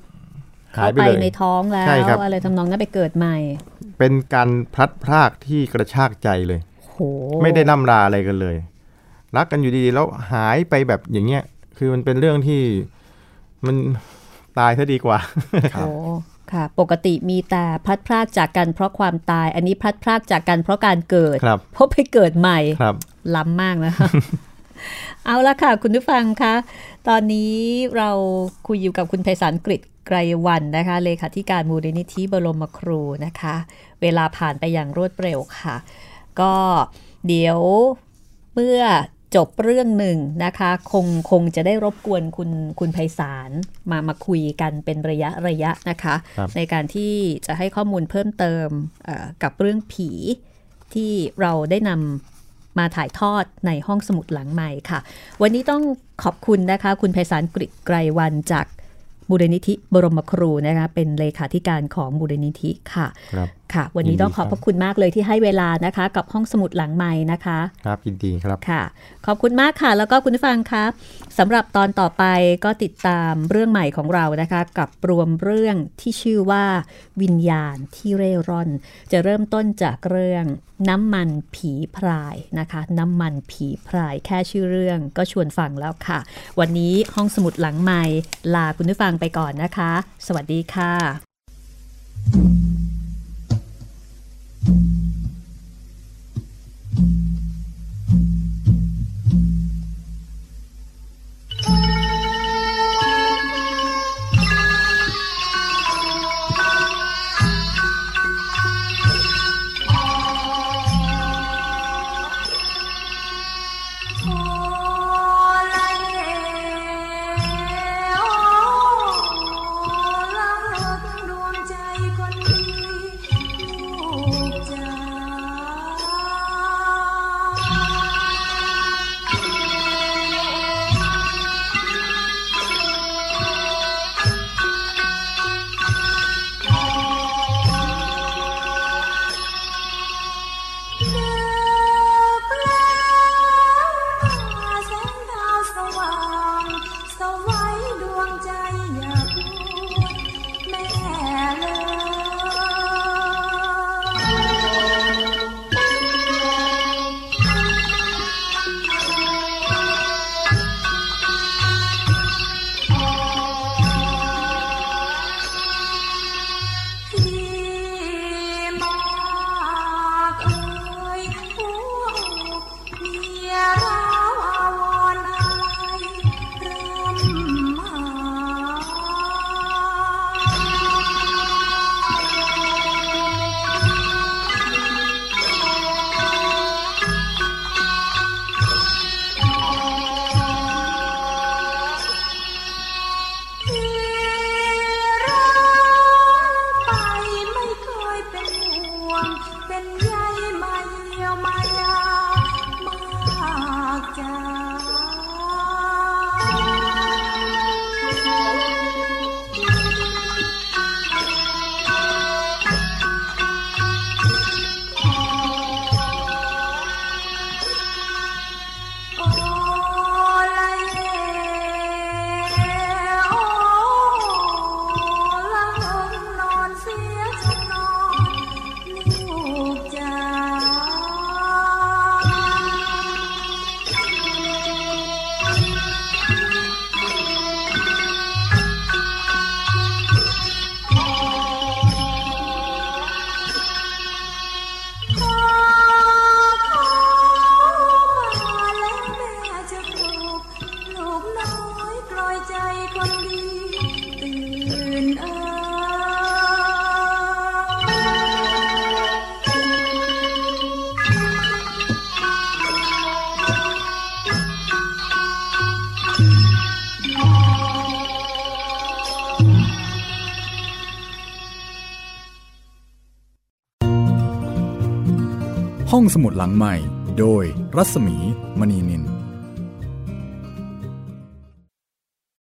หาย เข้า ไป ไป เลย ในท้องแล้ ใช่ครั ว บ อะไรทำนองนั้นไปเกิดใหม่ เป็นการพลัดพรากที่กระชากใจเลย โห ไม่ได้ล่ำลาอะไรกันเลย รักกันอยู่ดีๆแล้วหายไปแบบอย่างเงี้ย คือมันเป็นเรื่องที่มันตายซะดีกว่า ครั โอ้ บ ค่ะ ปกติมีแต่พลัดพรากจากกันเพราะความตาย อันนี้พลัดพรากจากกันเพราะการเกิด ครับ เพราะไปเกิดใหม่ ครับ ล้ำมากนะคะ เอาละค่ะ คุณผู้ฟังคะ ตอนนี้เราคุยอยู่กับคุณไพศาลกฤษไกรวันนะคะ เลขาธิการมูลนิธิบรมครูนะคะ เวลาผ่านไปอย่างรวดเร็วค่ะ ก็เดี๋ยวเมื่อจบเรื่องหนึ่งนะคะ คงคงจะได้รบกวนคุณคุณไพศาลมามาคุยกันเป็นระยะระยะนะคะ ครับ ในการที่จะให้ข้อมูลเพิ่มเติมเอ่อกับเรื่องผีที่เราได้นำ มาถ่ายทอดในห้องสมุดหลังใหม่ค่ะ วันนี้ต้องขอบคุณนะคะ คุณไพศาลกฤษไกรวันจากมูลนิธิบรมครูนะคะเป็นเลขาธิการของมูลนิธิค่ะ ครับ ค่ะ วันนี้ต้องขอบพระคุณมากเลยที่ให้เวลานะคะ กับห้องสมุดหลังใหม่นะคะ ครับยินดีครับ ค่ะ ขอบคุณมากค่ะ แล้วก็คุณผู้ฟังคะสำหรับตอนต่อไปก็ติดตามเรื่องใหม่ของเรานะคะ กับรวมเรื่องที่ชื่อว่าวิญญาณที่เร่ร่อน จะเริ่มต้นจากเรื่องน้ำมันผีพรายนะคะ น้ำมันผีพรายแค่ชื่อเรื่องก็ชวนฟังแล้วค่ะ วันนี้ห้องสมุดหลังใหม่ลาคุณผู้ฟังไปก่อนนะคะ สวัสดีค่ะ โอ้ละเล่โอ้ละเลิกดวงใจคนดี อื่นเอ่ ห้องสมุดหลังใหม่ โดยรัศมีมณีนิน